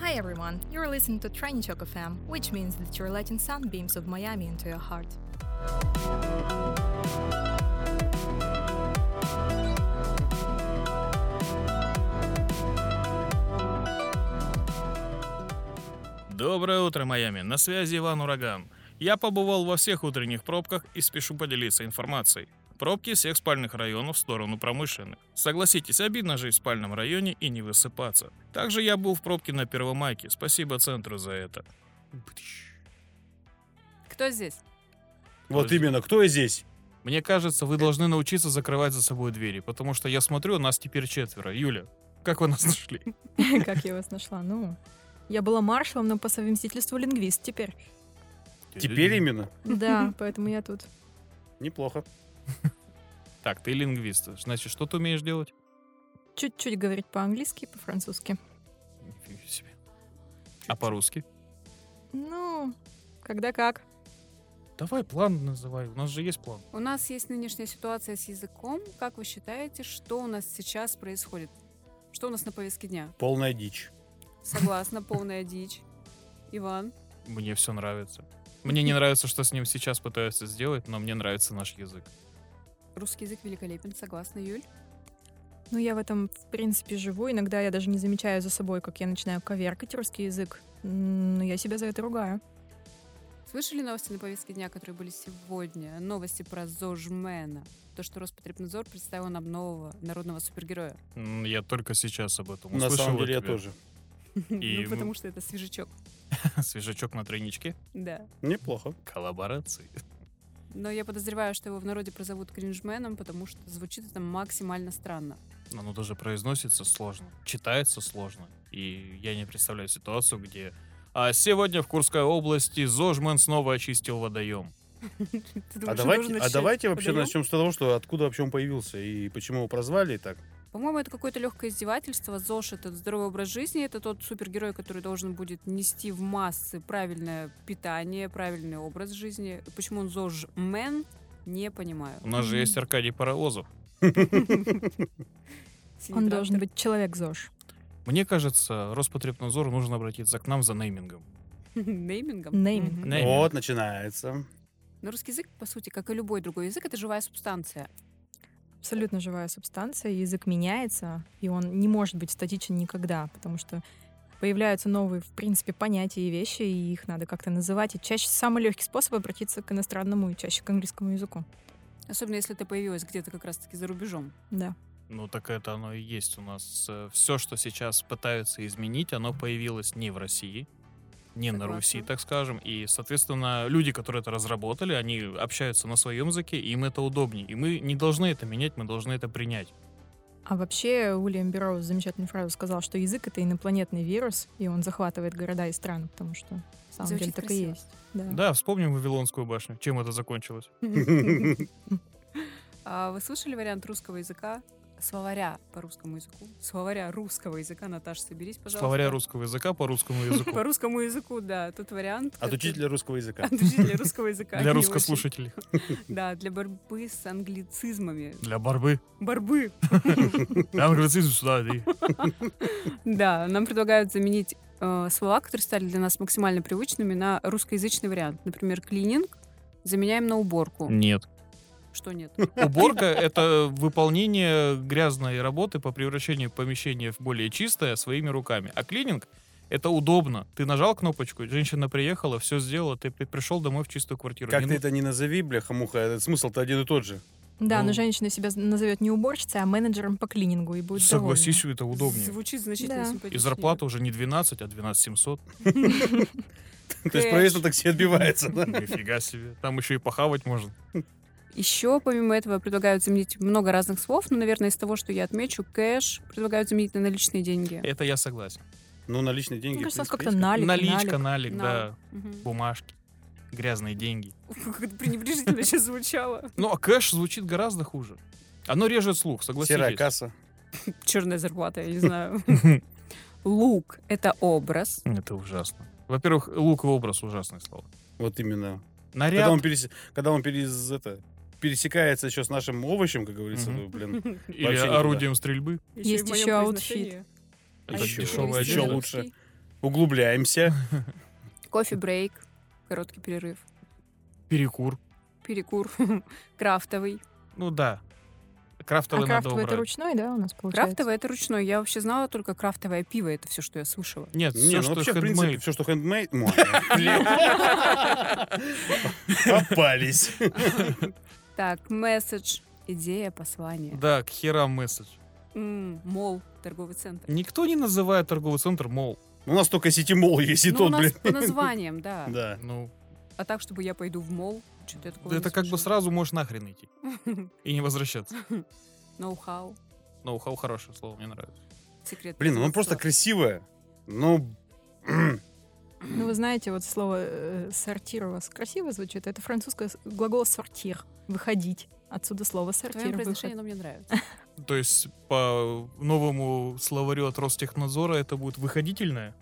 Hi everyone, you're listening to Training Talk FM, which means that you're letting sunbeams of Miami into your heart. Доброе утро, Майами. На связи Иван Ураган. Я побывал во всех утренних пробках и спешу поделиться информацией. Пробки всех спальных районов в сторону промышленных. Согласитесь, обидно жить в спальном районе и не высыпаться. Также я был в пробке на Первомайке. Спасибо центру за это. Кто здесь? Вот именно, кто здесь? Мне кажется, вы должны научиться закрывать за собой двери, потому что я смотрю, нас теперь четверо. Юля, как вы нас нашли? Как я вас нашла? Ну, я была маршалом, но по совместительству лингвист теперь. Теперь именно? Да, поэтому я тут. Неплохо. Так, ты лингвист. Значит, что ты умеешь делать? Чуть-чуть говорить по-английски и по-французски. Нифига себе. А по-русски? Ну, когда как. Давай план называй, у нас же есть план. У нас есть нынешняя ситуация с языком. Как вы считаете, что у нас сейчас происходит? Что у нас на повестке дня? Полная дичь. Согласна, полная дичь. Иван, Мне все нравится. Мне не нравится, что с ним сейчас пытаются сделать, но мне нравится наш язык. русский язык великолепен. Согласна, Юль? Ну, я в этом, в принципе, живу. Иногда я даже не замечаю за собой, как я начинаю коверкать русский язык. М, Но я себя за это ругаю. Слышали новости на повестке дня, которые были сегодня? Новости про Зожмена. То, что Роспотребнадзор представил нам нового народного супергероя. М, Я только сейчас об этом На услышал. самом от деле я Ну, тебя. тоже. И- Ну, потому что это свежачок. Свежачок на тройничке. Да. Неплохо. Коллаборации. Но я подозреваю, что его в народе прозовут кринжменом, потому что звучит это максимально странно. Но Оно даже произносится сложно, читается сложно. И я не представляю ситуацию, где... А сегодня в Курской области Зожман снова очистил водоем. Ты А Ну, давайте, думаешь, я должен а начать давайте вообще подаём? начнем с того, что откуда вообще он появился и почему его прозвали и так. По-моему, это какое-то легкое издевательство. ЗОЖ — это здоровый образ жизни, это тот супергерой, который должен будет нести в массы правильное питание, правильный образ жизни. Почему он ЗОЖ-мен, не понимаю. У нас же есть Аркадий Паровозов. Синий Он трактор. должен быть человек-зож. Мне кажется, Роспотребнадзору нужно обратиться к нам за неймингом. Неймингом. Нейминг. Мгм. Нейминг. Вот, начинается. Но русский язык, по сути, как и любой другой язык, это живая субстанция. Абсолютно живая субстанция, язык меняется, и он не может быть статичен никогда, потому что появляются новые, в принципе, понятия и вещи, и их надо как-то называть. И чаще самый легкий способ обратиться к иностранному и чаще к английскому языку. Особенно если это появилось где-то как раз-таки за рубежом. Да. Ну так это оно и есть у нас. Все, что сейчас пытаются изменить, оно появилось не в России, не на Согласна. Руси, так скажем. И, соответственно, люди, которые это разработали, они общаются на своем языке, и им это удобнее. И мы не должны это менять, мы должны это принять. А вообще Уильям Берроуз замечательную фразу сказал, что язык — это инопланетный вирус, и он захватывает города и страны, потому что на самом Звучит деле так и красиво. есть. Да. Да, вспомним Вавилонскую башню. Чем это закончилось? А вы слышали вариант русского языка? Словаря по русскому языку. Словаря русского языка. Наташа, соберись, пожалуйста. Словаря русского языка по русскому По языку. русскому языку, да. Тут вариант. А От как- учителя русского языка. От учителя русского языка. Для не русскослушателей. очень. Да, для борьбы с англицизмами. Для борьбы. Борьбы. Англицизм сюда, иди. Да, нам предлагают заменить э, слова, которые стали для нас максимально привычными, на русскоязычный вариант. Например, клининг заменяем на уборку. Нет. Что нет? Уборка — это выполнение грязной работы по превращению помещения в более чистое своими руками. А клининг — это удобно. Ты нажал кнопочку, женщина приехала, все сделала, ты при- пришел домой в чистую квартиру. Как Не ты ну- это не назови, бляха-муха, этот смысл-то один и тот же. Да, Ну. но женщина себя назовет не уборщицей, а менеджером по клинингу и будет довольна. Согласись, это удобнее. Звучит значительно Да. И симпатичнее. зарплата уже не 12, а 12 700. То Э, есть правительство так все отбивается, да? Нифига себе. Там еще и похавать можно. Еще, помимо этого, предлагают заменить много разных слов, но, наверное, из того, что я отмечу, кэш предлагают заменить на наличные деньги. Это я согласен. Ну, наличные деньги. Ну, в просто у нас принципе, как-то есть. налик, Наличка, налик. налик, да. Мгм. Бумажки. Грязные деньги. Как это пренебрежительно сейчас звучало. Ну, а кэш звучит гораздо хуже. Оно режет слух, Серая согласитесь. касса. Черная зарплата, я не знаю. Лук — это образ. Это ужасно. Во-первых, лук и образ ужасное слово. Вот именно. Наряд. Когда он, перес- когда он перес- это, пересекается еще с нашим овощем, как говорится, Мгм. ну, блин. Или Вообще никуда. орудием стрельбы. Есть и в моем еще произношении. аутфит. А Это еще- дешевая еще одежда. лучше. Углубляемся. Кофе-брейк, короткий перерыв, Перекур. перекур, крафтовый. Ну да. Крафтовый а надо крафтовый это убрать. ручной, да, у нас получается? Крафтовое — это ручной. Я вообще знала только крафтовое пиво. Это все, что я слышала. Нет, Не, все, ну что вообще, в принципе, хендмейд. все, что хендмейд... Мо, блин. Попались. Так, месседж, идея, послание. Да, к херам месседж. М, Мол, торговый центр. Никто не называет торговый центр мол. У нас только сети мол есть, и Ну, у тот, нас блин. по названиям, да. Да. Ну, А так, чтобы я пойду в мол, что-то я такого это не как бы слышала. сразу можешь нахрен идти. И не возвращаться. Ноу-хау. Ноу-хау хорошее слово, мне нравится. Секрет. Блин, ну производства. просто красивое. Ну, м, Ну, вы знаете, вот слово э, «сортир» у вас красиво звучит. Это французское с- глагол «сортир» — «выходить». Отсюда слово Твоё «сортир» — произношение, «выход». но мне нравится. То есть по новому словарю от Ростехнадзора это будет выходительное?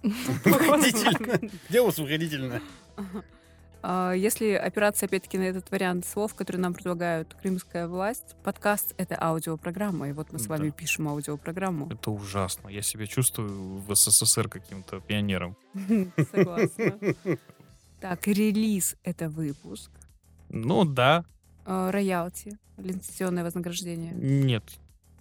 выходительно. Где у вас выходительное? А, Если опираться, опять-таки, на этот вариант слов, которые нам предлагают крымская власть, подкаст — это аудиопрограмма, и вот мы с вами Да. пишем аудиопрограмму. Это ужасно. Я себя чувствую в СССР каким-то пионером. Согласна. Так, релиз — это выпуск. Ну да, А, Роялти — лицензионное вознаграждение. нет.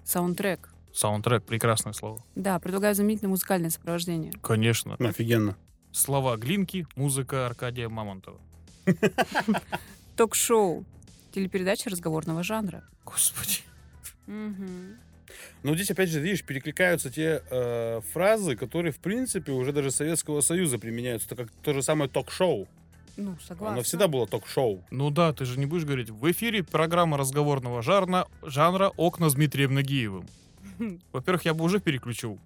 Саундтрек. Саундтрек прекрасное слово. Да, предлагаю заменить на музыкальное сопровождение. Конечно. Ну, Офигенно. Слова Глинки, музыка Аркадия Мамонтова. Ток-шоу. Телепередача разговорного жанра. Господи. Мгм. Но здесь, опять же, видишь, перекликаются те э, фразы, которые, в принципе, уже даже Советского Союза применяются. Это как то же самое ток-шоу. Ну, согласна. Оно всегда было ток-шоу. Ну да, ты же не будешь говорить. В эфире программа разговорного жанра, жанра «Окна с Дмитрием Нагиевым». Во-первых, я бы уже переключил.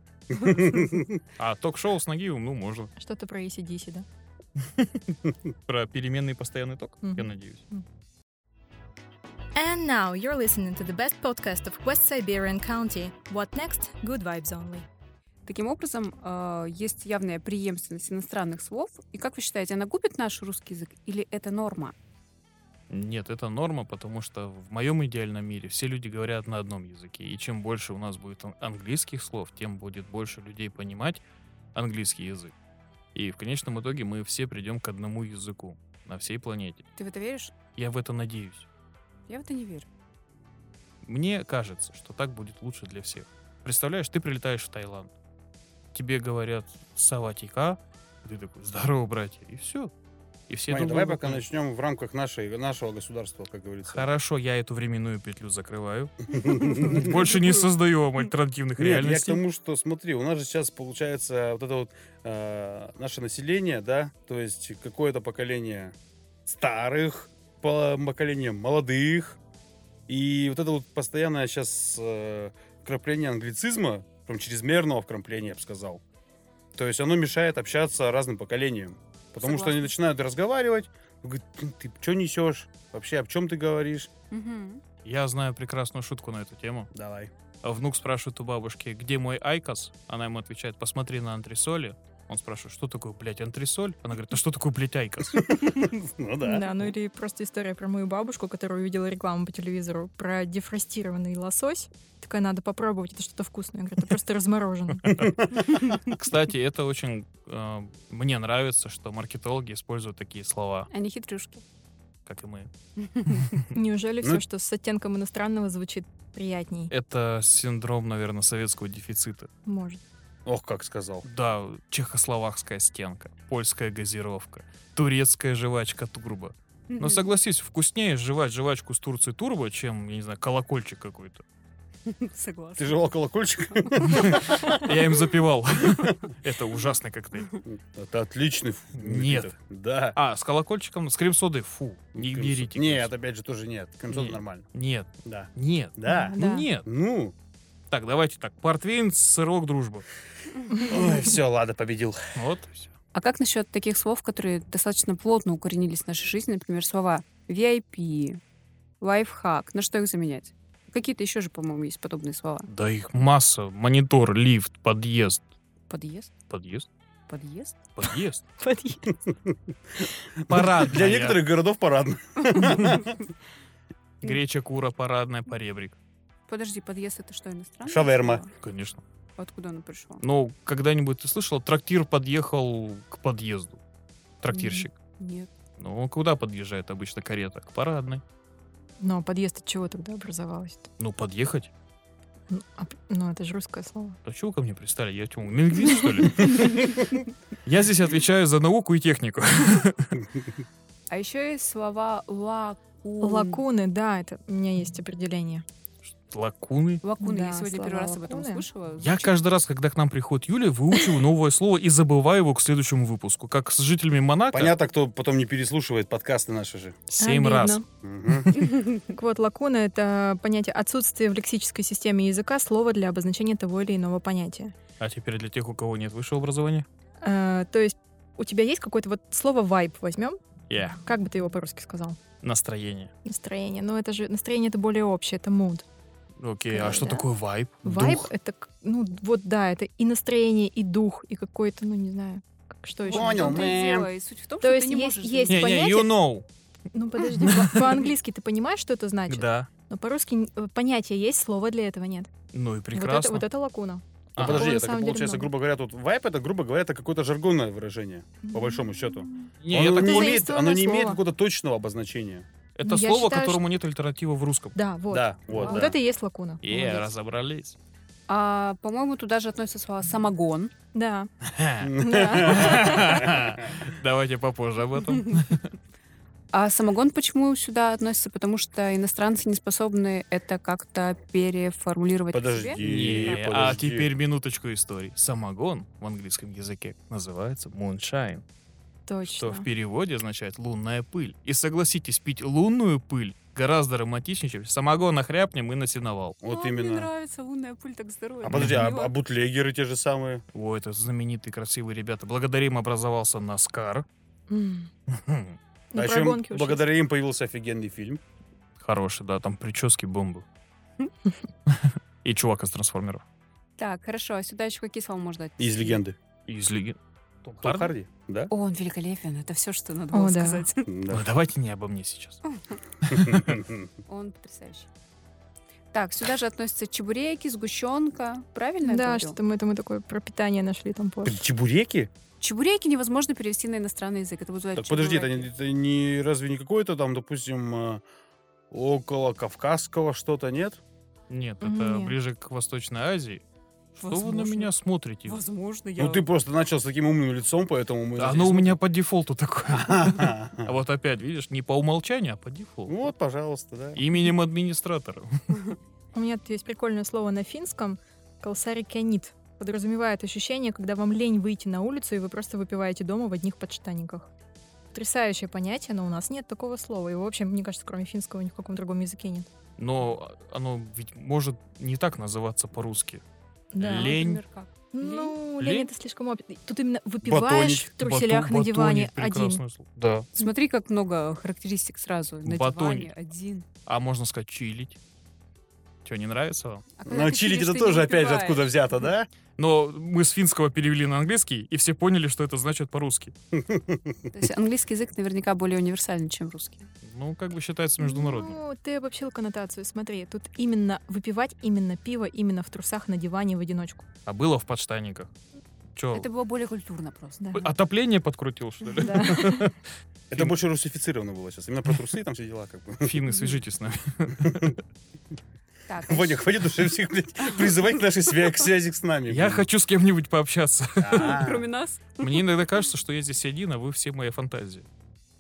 А ток-шоу с Нагиевым, ну, можно. Что-то про ACDC, да? Про переменный постоянный ток, я Мгм. надеюсь. And now you're listening to the best podcast of West Siberian County. What next? Good vibes only. Таким образом, э, есть явная преемственность иностранных слов. И как вы считаете, она губит наш русский язык или это норма? Нет, это норма, потому что в моем идеальном мире все люди говорят на одном языке. И чем больше у нас будет ан- английских слов, тем будет больше людей понимать английский язык. И в конечном итоге мы все придем к одному языку на всей планете. Ты в это веришь? Я в это надеюсь. Я в это не верю. Мне кажется, что так будет лучше для всех. Представляешь, ты прилетаешь в Таиланд. Тебе говорят «саватика», и ты такой «здорово, братья», и все. И все Ваня, друг давай друга пока понимают. начнем в рамках нашей, нашего государства, как говорится. Хорошо, я эту временную петлю закрываю. Больше не создаем альтернативных Нет, я к реальностей. тому, что смотри, у нас же сейчас получается вот это вот э, наше население, да, то есть какое-то поколение старых, по- поколение молодых, и вот это вот постоянное сейчас э, вкрапление англицизма, прям чрезмерного вкрапления, я бы сказал. То есть оно мешает общаться разным поколениям, потому что они Согласна. начинают разговаривать, говорят, ты что несешь, вообще об чем ты говоришь? Мгм. Я знаю прекрасную шутку на эту тему. Давай. А Внук спрашивает у бабушки, где мой Айкос? Она ему отвечает, посмотри на антресоли. Он спрашивает, что такое, блядь, антресоль? Она говорит, а что такое, блядь, Айкос? Ну да. да. ну или просто история про мою бабушку, которая увидела рекламу по телевизору про дефростированный лосось. Такая, надо попробовать, это что-то вкусное. Я говорю, это просто разморожено. Кстати, это очень э, мне нравится, что маркетологи используют такие слова, Они А хитрюшки. как и мы. Неужели Ну- все, что с оттенком иностранного, звучит приятней? Это синдром, наверное, советского дефицита. Может. Ох, как сказал. Да, чехословакская стенка, польская газировка, турецкая жвачка турбо. Ну, Но согласись, вкуснее жевать жвачку с Турции турбо, чем, я не знаю, колокольчик какой-то. Согласна. Ты жевал колокольчик? Я им запивал. Это ужасный коктейль. Это отличный ф- Нет. напиток. Да. А, с колокольчиком, с крем-содой, фу, не Крем-со- берите. Нет, крем-соду. опять же, тоже нет. Крем-сода Не. нормально. Нет, Да. нет, Да. ну Да. нет. Ну. Так, давайте так, портвейн, сырок, дружба. Ой, все, ладно, победил. Вот, и всё. А как насчет таких слов, которые достаточно плотно укоренились в нашей жизни? Например, слова VIP, лайфхак. На что их заменять? Какие-то еще же, по-моему, есть подобные слова. Да их масса, монитор, лифт, подъезд. Подъезд? Подъезд? Подъезд? Подъезд. Подъезд. Парадная. Для некоторых городов парадно. Греча, кура, парадная, поребрик. Подожди, подъезд это что, иностранное? Шаверма. слово? Конечно. Откуда оно пришло? Ну, когда-нибудь ты слышал, трактир подъехал к подъезду. Трактирщик. Нет. Ну, куда подъезжает обычно карета? К парадной. Но подъезд от чего тогда образовалось? Ну, подъехать? Ну, а п- ну, это же русское слово. А чего вы ко мне пристали? Я чё, лингвист, что ли? Я здесь отвечаю за науку и технику. А еще есть слова лакун. Лакуны, да, это у меня есть определение. Лакуны. Лакуны. я Да, сегодня слова первый раз об этом лакуны. слышала. Я Звучит- каждый раз, когда к нам приходит Юля, выучиваю новое слово и забываю его к следующему выпуску. Как с жителями Монако. Понятно, кто потом не переслушивает подкасты наши же. А, Семь раз. Обидно. Мгм. Так вот, лакуна — это понятие отсутствия в лексической системе языка слова для обозначения того или иного понятия. А теперь для тех, у кого нет высшего образования. Э, то есть у тебя есть какое-то вот слово «вайб» возьмем? Я. Как бы ты его по-русски сказал? Настроение. Настроение. Ну, это же настроение это более общее, это муд. Окей, а Окей, что да. такое вайб? Вайб Дух? это, к- ну, вот да, это и настроение, и дух, и какой-то, ну, не знаю, как- что Ну, еще. В Понял. том-то и дело. И суть в том, То что есть ты не есть- можешь есть- Не, не, понятие- you know. Ну, подожди, по- по-английски ты понимаешь, что это значит? Да. Но по-русски н- э, понятия есть, слова для этого нет. Ну и Вот это, прекрасно. вот это лакуна. Ну, Ага. подожди, Такого на это самом деле получается, много. грубо говоря, тут вайп это, грубо говоря, это какое-то жаргонное выражение, по большому счету. Не, оно, я так- Это не имеет, оно заимствованное не имеет слово. какого-то точного обозначения. Это Ну, я слово, считаю, которому нет альтернативы в русском. Да, вот. Да, вот, вот да. это и есть лакуна. Е, Молодец. разобрались. А, по-моему, туда же относятся слова самогон. Да. Давайте попозже об этом. А самогон почему сюда относится? Потому что иностранцы не способны это как-то переформулировать в себе. Подожди, Не, а подожди. теперь минуточку истории. Самогон в английском языке называется moonshine, что Точно. в переводе означает лунная пыль. И согласитесь, пить лунную пыль гораздо романтичнее, чем самогон охряпнем и насиновал. Вот А, Мне именно. нравится, лунная пыль так здорово. А подожди, а, Мило. а бутлегеры те же самые? О, это знаменитые красивые ребята. Благодаря им образовался Наскар. М. Хм, Ну, про а еще гонки уж благодаря им появился офигенный фильм. Хороший, да, там прически бомбы. И чувак из трансформеров. Так, хорошо, а сюда еще какие слова можно дать? Из легенды. И Из легенд. Том Том Харди? Харди? Да? О, он великолепен, это все, что надо О, было да. сказать. Ну, Да. давайте не обо мне сейчас. Он потрясающий. Так, сюда же относятся чебуреки, сгущенка. есть. Правильно я Да, говорю? что-то мы, это мы такое пропитание нашли там позже. Чебуреки? Чебуреки невозможно перевести на иностранный язык. Это вызывает Так подожди, это, не- чебуреки. это не разве не какое-то там, допустим, э, около кавказского что-то, нет? Нет, это М, нет. ближе к Восточной Азии. Что вы на Возможно. меня смотрите? Возможно, я... Ну ты просто начал с таким умным лицом, поэтому мы... Да здесь- Оно у меня по дефолту такое. А Ха-ха. вот опять, видишь, не по умолчанию, а по дефолту. Вот, пожалуйста, да. Именем администратора. У меня тут есть прикольное слово на финском «колсарикянит». Подразумевает ощущение, когда вам лень выйти на улицу, и вы просто выпиваете дома в одних подштаниках. Потрясающее понятие, но у нас нет такого слова. Его вообще, мне кажется, кроме финского ни в каком другом языке нет. Но оно ведь может не так называться по-русски. Да. лень. Например, как? Ну, Лень? лень, это слишком об- Тут именно выпиваешь в труселях Бату- на диване батонник один. прекрасное слово. Да. Смотри, как много характеристик сразу. На Батоник. диване один. А можно сказать чилить. Что, не нравится вам? А когда Но ты чилить чилишь, это ты не тоже, опять же, выпиваешь. откуда взято, да? Но мы с финского перевели на английский, и все поняли, что это значит по-русски. То есть английский язык наверняка более универсальный, чем русский. Ну, как бы считается международным. Ну, ты обобщил коннотацию. Смотри, тут именно выпивать именно пиво, именно в трусах на диване в одиночку. А было в подштанниках. Че, Это было более культурно просто. Да. отопление подкрутил, что ли? Да. Это больше русифицировано было сейчас. Именно про трусы там все дела как бы. Финны, свяжитесь с нами. Так, Ваня, хватит уже всех блядь, призывать к нашей свя- к связи с нами. Я хочу с кем-нибудь пообщаться. А. кроме нас, Мне иногда кажется, что я здесь один, а вы все мои фантазии.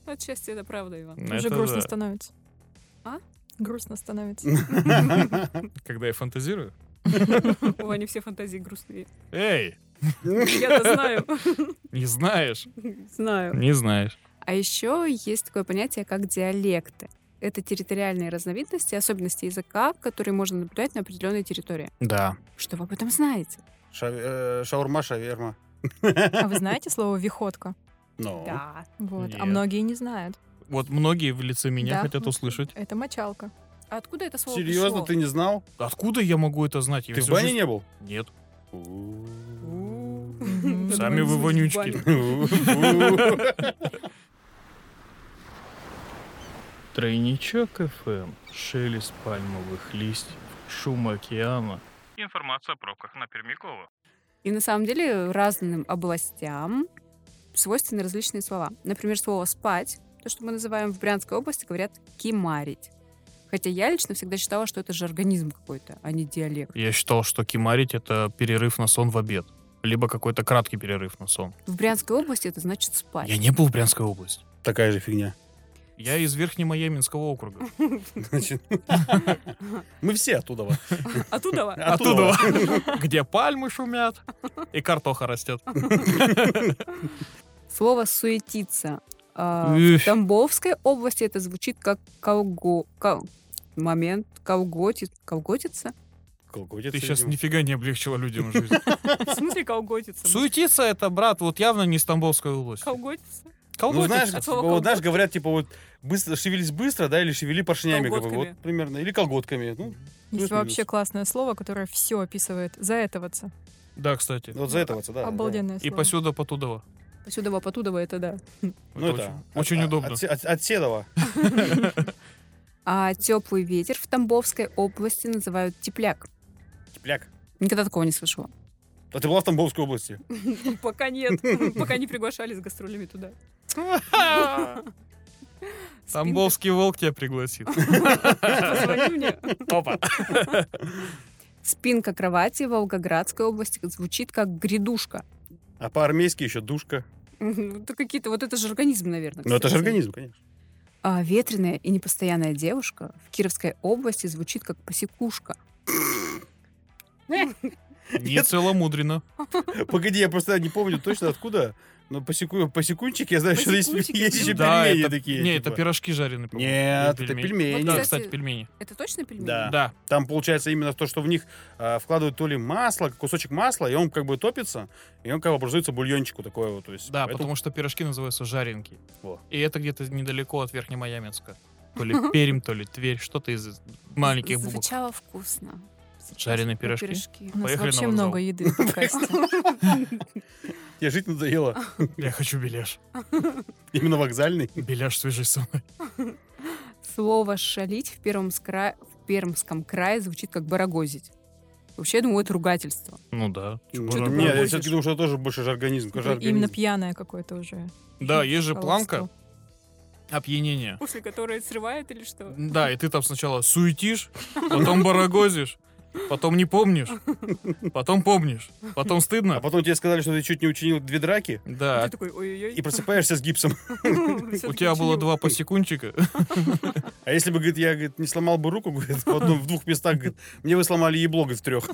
отчасти это правда, Иван. Уже Это грустно да. становится. А? Грустно становится. Когда я фантазирую. У Вани все фантазии грустные. Эй, Я-то знаю. не знаешь? Знаю. Не знаешь. А еще есть такое понятие, как диалекты. Это территориальные разновидности, особенности языка, которые можно наблюдать на определенной территории. Да. Что вы об этом знаете? Ша- э, Шаурма, шаверма. А вы знаете слово виходка? Ну. Да. Вот. Нет. А многие не знают. Вот многие в лице меня Да. хотят услышать. Это мочалка. А откуда это слово Серьезно, пришло? ты не знал? Откуда я могу это знать? Я Ты в всю бане жизнь- не был? Нет. У. Мгм. Сами Надо вы звонить вонючки. в баню. эм. Тройничок ФМ, шелест пальмовых листьев, шум океана и Поиске информации о пробках на Пермякова. И на самом деле разным областям свойственны различные слова. Например, слово «спать», то, что мы называем в Брянской области, говорят «кимарить». Хотя я лично всегда считала, что это же организм какой-то, а не диалект. Я считал, что кимарить — это перерыв на сон в обед. Либо какой-то краткий перерыв на сон. В Брянской области это значит «спать». Я не был в Брянской области. Такая же фигня. Я из Верхнемаяминского округа. Значит, мы все оттуда. Оттуда? Оттуда. Где пальмы шумят и картоха растет. Слово «суетиться». А, В Эх. Тамбовской области это звучит как колго... кол- Момент. Колготит... Колготица? Колготица, Ты сейчас видимо. нифига не облегчила людям жизнь. В смысле колготица? Суетиться это, брат, вот явно не из Тамбовской области. Колготица? Ну, знаешь, Колготица. типа, От слова вот, знаешь, говорят, типа, вот, быстро, шевелись быстро, да, или шевели поршнями. как бы, Колготками. Вот, примерно. Или колготками. Ну, Есть плюс-минус. вообще классное слово, которое все описывает. Заэтоваться. Да, кстати. вот за этого, да. да. Обалденное И слово. посюда потудова. Отсюда, потудова, это да. Ну, Это это очень- очень от- удобно. от- от- От седова. А теплый ветер в Тамбовской области называют тепляк. Тепляк. Никогда такого не слышала. А ты была в Тамбовской области? Ну, Пока нет. Пока не приглашали с гастролями туда. Тамбовский волк тебя пригласит. Позвони мне. Опа. Спинка кровати в Волгоградской области звучит как грядушка. А по-армейски еще душка. Это какие-то, вот это же организм, наверное. Ну, это же кстати. организм, конечно. А ветреная и непостоянная девушка в Кировской области звучит как посекушка. Не целомудренно. Погоди, я просто не помню точно откуда, но по, секу... по секундчике я знаю, что есть, Посекунчик, есть еще Да, пельмени это- такие. Не, типа. это пирожки жареные. по-моему. Нет, Или это пельмени. пельмени. Да, Кстати- кстати, пельмени. Это точно пельмени? Да. Да. Там получается именно то, что в них а, вкладывают то ли масло, кусочек масла, и он как бы топится, и он как бы образуется бульончик вот такой вот. То есть, Да, поэтому- потому что пирожки называются жаренки. Во. И это где-то недалеко от Верхнемаяминска. То ли Пермь, то ли Тверь, что-то из маленьких букв. Звучало вкусно. Сейчас Жареные про пирожки? У нас Поехали на вообще вокзал. много еды. в подкасте. Я жить надоело. Я хочу беляш. Именно вокзальный. Беляш свяжись со мной. Слово «шалить» в, Пермскра- в Пермском крае звучит как «барагозить». Вообще, я думаю, это ругательство. Ну да. Нет, ты я пробуешь? все-таки думаю, что это тоже больше же организм. как же Именно организм. пьяное какое-то уже. Да, есть же планка колдовство. опьянения. После которой срывает или что? Да, и ты там сначала суетишь, потом барагозишь, потом не помнишь, потом помнишь, потом А стыдно. потом тебе сказали, что ты чуть не учинил две драки, Да, такой, и ой-ой-ой. просыпаешься с гипсом. у тебя было два посекунчика. А если бы, говорит, я говорит, не сломал бы руку, говорит, в, одном, в двух местах, говорит, мне вы сломали ебло, говорит, в трех.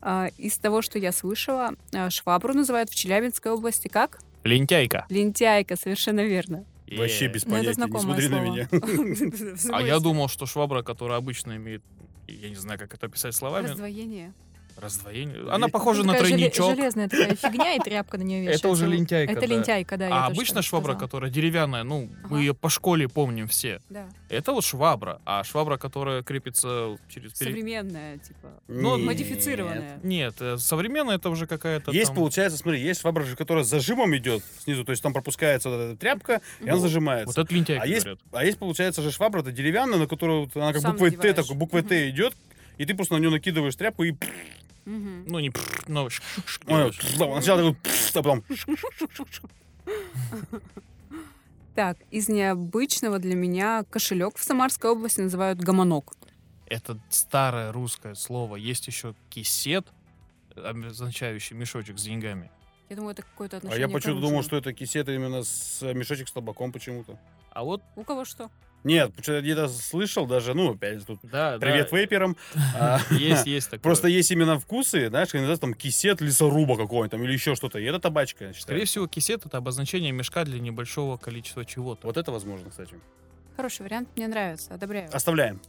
А, Из того, что я слышала, а, швабру называют в Челябинской области как? Лентяйка. Лентяйка, совершенно верно. Вообще без Ну, это понятия, не знакомое смотри на слово. меня. А я думал, что швабра, которая обычно имеет, я не знаю, как это описать словами, Раздвоение. раздвоение. Она Она похожа Ну, на такая желе- тройничок. Железная такая фигня, и тряпка на нее Это вешается. уже Вот. лентяйка, Это да. лентяйка, да. я А тоже обычно так швабра, сказала. которая деревянная, ну, Ага. мы ее по школе помним все. Да. Это вот швабра, а швабра, которая крепится через... пере- Современная, типа. Ну, Нет. Модифицированная. Нет, э, современная это уже какая-то Есть, там- получается, смотри, есть швабра, же, которая с зажимом идет снизу, то есть там пропускается вот эта тряпка, и она Ну, зажимается. Вот это лентяйка, А есть, говорят. а есть, получается, же швабра то деревянная, на которую вот она как Сам буквой Т, надеваешь. такой буквой Т идет, и ты просто на нее накидываешь тряпку и... Мгм. Ну, не пф, но ш- ш- ш- Ой, делаешь. Сначала такой... А потом... Так, из необычного для меня кошелек в Самарской области называют гомонок. Это старое русское слово. Есть еще кисет, означающий мешочек с деньгами. Я думаю, это А какое-то отношение я к почему-то думал, оружию. что это кисета именно с э, мешочек с табаком почему-то. А вот, У кого что? Нет, почему-то я где-то слышал даже, ну, опять же, тут да, привет да, вейперам. А, Есть, есть такое. Просто есть именно вкусы, знаешь, иногда там кисет лесоруба какой-нибудь там или еще что-то. И это табачка, я Скорее считаю. всего, кисет — это обозначение мешка для небольшого количества чего-то. Вот это возможно, кстати. Хороший вариант, мне нравится, одобряю. Оставляем.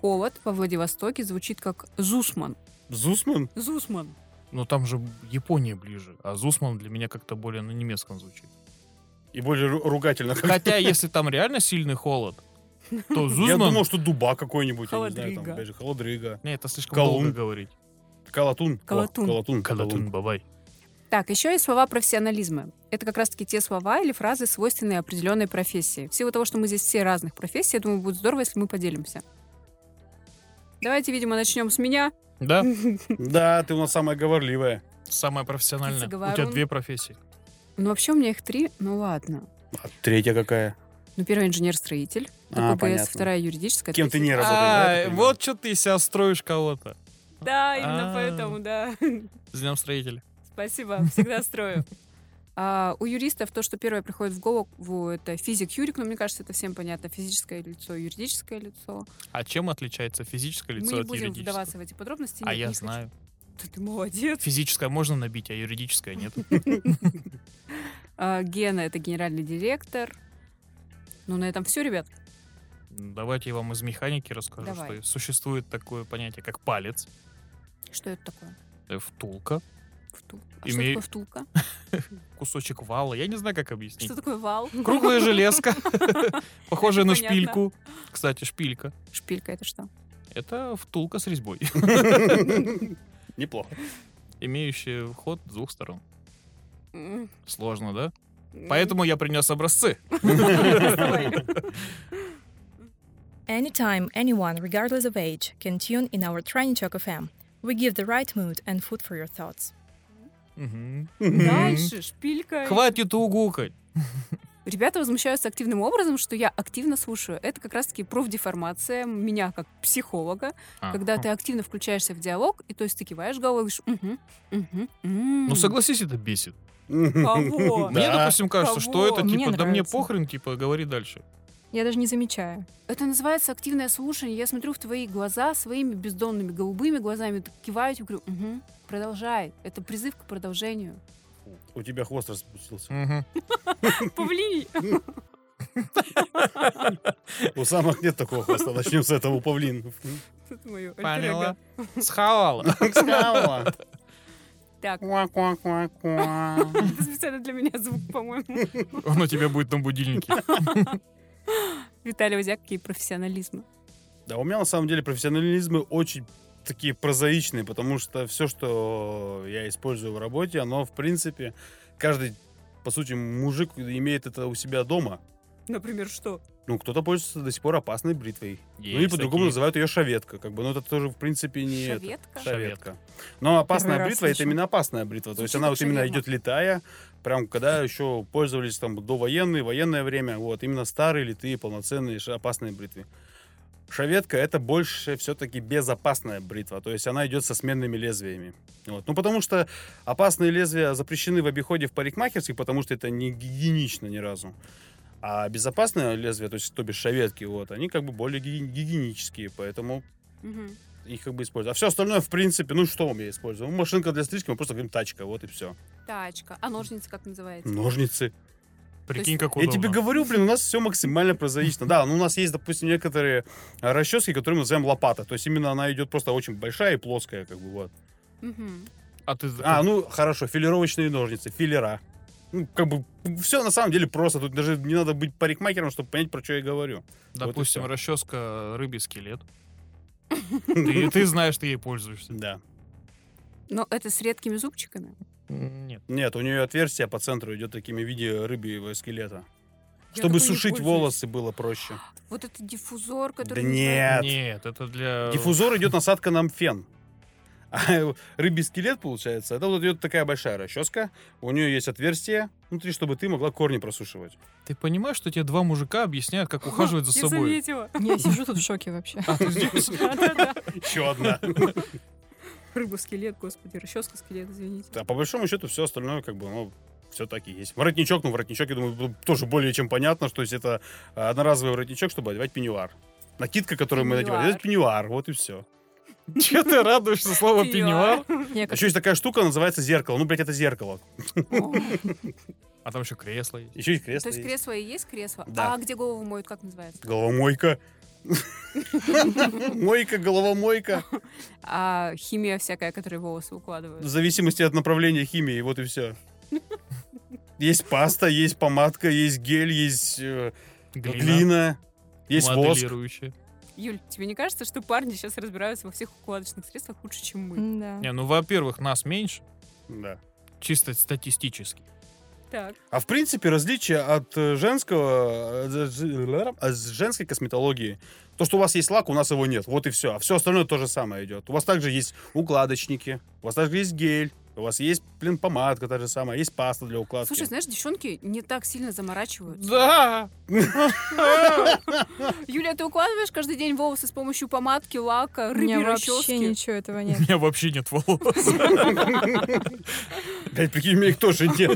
Холод во Владивостоке звучит как зусман. Зусман? Зусман. Но там же Япония ближе, а Зусман для меня как-то более на немецком звучит. И более ру- ругательно. Хотя, если там реально сильный холод, то Я Зусман... думал, что дуба какой-нибудь, я не знаю, там, Холодрыга. опять же, холодрыга. Не, это слишком Колун. долго говорить. Колотун. О, Колотун. Колотун. Калатун, бабай. Так, еще есть слова профессионализма. Это как раз-таки те слова или фразы, свойственные определенной профессии. В силу того, что мы здесь все разных профессий, я думаю, будет здорово, если мы поделимся. Давайте, видимо, начнем с меня. Да, Да, ты у нас самая говорливая. самая профессиональная. У тебя Пиццеговорун. две профессии. Ну, вообще у меня их три, ну ладно. А третья какая? Ну, первая инженер-строитель, А, КПС, понятно. вторая юридическая. Кем ты третья- не работаешь? да, я А, так понимаю? вот что ты из себя строишь кого-то. Да, именно А. поэтому, да. С днем строителя. Спасибо, всегда строю. А, у юристов то, что первое приходит в голову, это физик Юрик, но мне кажется, это всем понятно. Физическое лицо, юридическое лицо. А чем отличается физическое лицо Мы не от будем юридического? вдаваться в эти подробности. а нет, я не хочу. знаю. Да Ты молодец. Физическое можно набить, а юридическое нет. А, Гена — это генеральный директор. Ну, на этом все, ребят. Давайте я вам из механики расскажу, Давай. что существует такое понятие, как палец, Что это такое? э, втулка, Втулка. А Имею- что такое втулка? кусочек вала. Я не знаю, как объяснить. Что такое вал? Круглая железка, похожая на Понятно. шпильку. Кстати, шпилька. Шпилька — это что? Это втулка с резьбой, Неплохо. имеющая вход с двух сторон. М, Сложно, да? м. Поэтому я принес образцы. Anytime anyone, regardless of age, can tune in our Train Choc FM. We give the right mood and food for your thoughts. Мгм. Дальше шпилька. Хватит угукать. Ребята возмущаются активным образом, что я активно слушаю. Это как раз-таки профдеформация меня как психолога, А, когда а. ты активно включаешься в диалог, и то есть ты киваешь головой, говоришь, угу, угу, Ну согласись, это бесит. Кого? Мне, А, Да. допустим, кажется, что Кого? это Мне типа, да мне нравится. похрен, типа, говори дальше. Я даже не замечаю. Это называется активное слушание. Я смотрю в твои глаза своими бездонными голубыми глазами, так киваю и говорю, угу, продолжай. Это призыв к продолжению. У тебя хвост распустился. Мгм. Павлиний! У самых нет такого хвоста. Начнем с этого, у павлинов. Это моё Поняла. альтер-эго. Схавала. Так, ну, Ква-ква-ква-ква. это специально для меня звук, по-моему. Он у тебя будет на будильнике. Виталий Возяк, какие профессионализмы. Да, у меня на самом деле профессионализмы очень такие прозаичные, потому что все, что я использую в работе, оно, в принципе, каждый, по сути, мужик имеет это у себя дома. Например, что? Ну, кто-то пользуется до сих пор опасной бритвой. ну, и Есть по-другому такие. называют ее шаветка. Как бы, ну, это тоже, в принципе, не... это. Шаветка? Шаветка. Но Ну, опасная Первый раз бритва это слышу. именно опасная бритва. То есть Звучит она вот вообще именно верно. идет летая, прям когда еще пользовались там довоенные, военное время. Вот именно старые литые, полноценные ш- опасные бритвы. Шаветка это больше все-таки безопасная бритва, то есть она идет со сменными лезвиями. Вот. Ну, потому что опасные лезвия запрещены в обиходе в парикмахерских, потому что это не гигиенично ни разу. А безопасные лезвия, то есть, то бишь шаветки, вот, они как бы более гиги- гигиенические, поэтому Мгм. их как бы использую. А все остальное, в принципе, ну что я использую? Ну, Машинка для стрижки, мы просто говорим тачка, вот и все. Тачка. А ножницы как называется? Ножницы. Прикинь, То как удобно. Я тебе говорю, блин, у нас все максимально прозаично. Да, ну у нас есть, допустим, некоторые а, расчески, которые мы называем лопата. То есть именно она идет просто очень большая и плоская, как бы вот. Мгм. А ты... А, ну хорошо, филировочные ножницы, филера. Ну, как бы все на самом деле просто. Тут даже не надо быть парикмахером, чтобы понять, про что я говорю. Допустим, вот и расческа э, рыбий скелет. Ты, ты знаешь, ты ей пользуешься. Да. Но это с редкими зубчиками. Нет. Нет, у нее отверстие по центру идет такими в виде рыбьего скелета. Я Чтобы такой не сушить пользуюсь. волосы было проще. Вот это диффузор, который... Да называется- нет. Нет, это для... Диффузор идет насадка на мфен. А рыбий скелет, получается, это вот идет такая большая расческа. У нее есть отверстие внутри, чтобы ты могла корни просушивать. Ты понимаешь, что тебе два мужика объясняют, как ухаживать за Я собой? заметила. Я сижу тут в шоке вообще. А, ты здесь? Да-да-да. Еще одна. Рыба-скелет, господи, расческа-скелет, извините. А по большому счету все остальное, как бы, ну, все так и есть. Воротничок, ну, воротничок, я думаю, ну, тоже более чем понятно, что есть это а, одноразовый воротничок, чтобы одевать пеньюар. Накидка, которую мы Пеньюар. надеваем, это пеньюар, вот и все. Че ты радуешься слово Пеньюар. пеньюар? Я как Еще есть такая штука, называется зеркало. Ну, блядь, это зеркало. О, А там еще кресло есть. Еще и кресло То есть есть. кресло и есть кресло? Да. А где голову моют, как называется? Головомойка. Мойка, головомойка. А химия всякая, которой волосы В укладывают. зависимости от направления химии, вот и все. Есть паста, есть помадка, есть гель, есть э, глина, есть воск. Моделирующая. Юль, тебе не кажется, что парни сейчас разбираются во всех укладочных средствах лучше, чем мы? М, Да. Не, ну, во-первых, нас меньше, Да. чисто статистически. Так. А в принципе различие от э, женского, э, ж- от женской э, косметологии, То, что у вас есть лак, у нас его нет. Вот и все. А все остальное то же самое идет. У вас также есть укладочники, у вас также есть гель, у вас есть, блин, помадка та же самая, есть паста для укладки. Слушай, знаешь, девчонки не так сильно заморачиваются. Да! Юля, ты укладываешь каждый день волосы с помощью помадки, лака, У меня рыбьей вообще расчески? ничего этого нет. У меня вообще нет волос. Блядь, прикинь, у меня их тоже нет.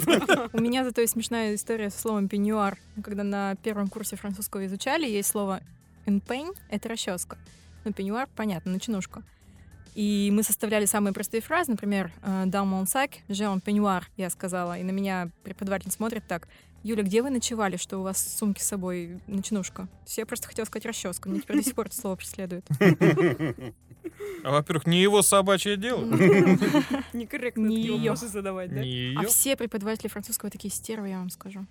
У меня зато есть смешная история со словом пеньюар. Когда на первом курсе французского изучали, есть слово «энпень» — это расческа. Ну, пеньюар, понятно, начинушка. И мы составляли самые простые фразы, например, э, «Dans mon sac, j'ai un peignoir», я сказала. И на меня преподаватель смотрит так. «Юля, где вы ночевали, что у вас в сумке с собой начинушка?» То есть Я просто хотела сказать расческу, мне теперь до сих пор это слово преследует. А, Во-первых, не его собачье дело. Некорректно Не такие её. вопросы задавать, да? Не Ну, А ее. все преподаватели французского такие стервы, я вам скажу.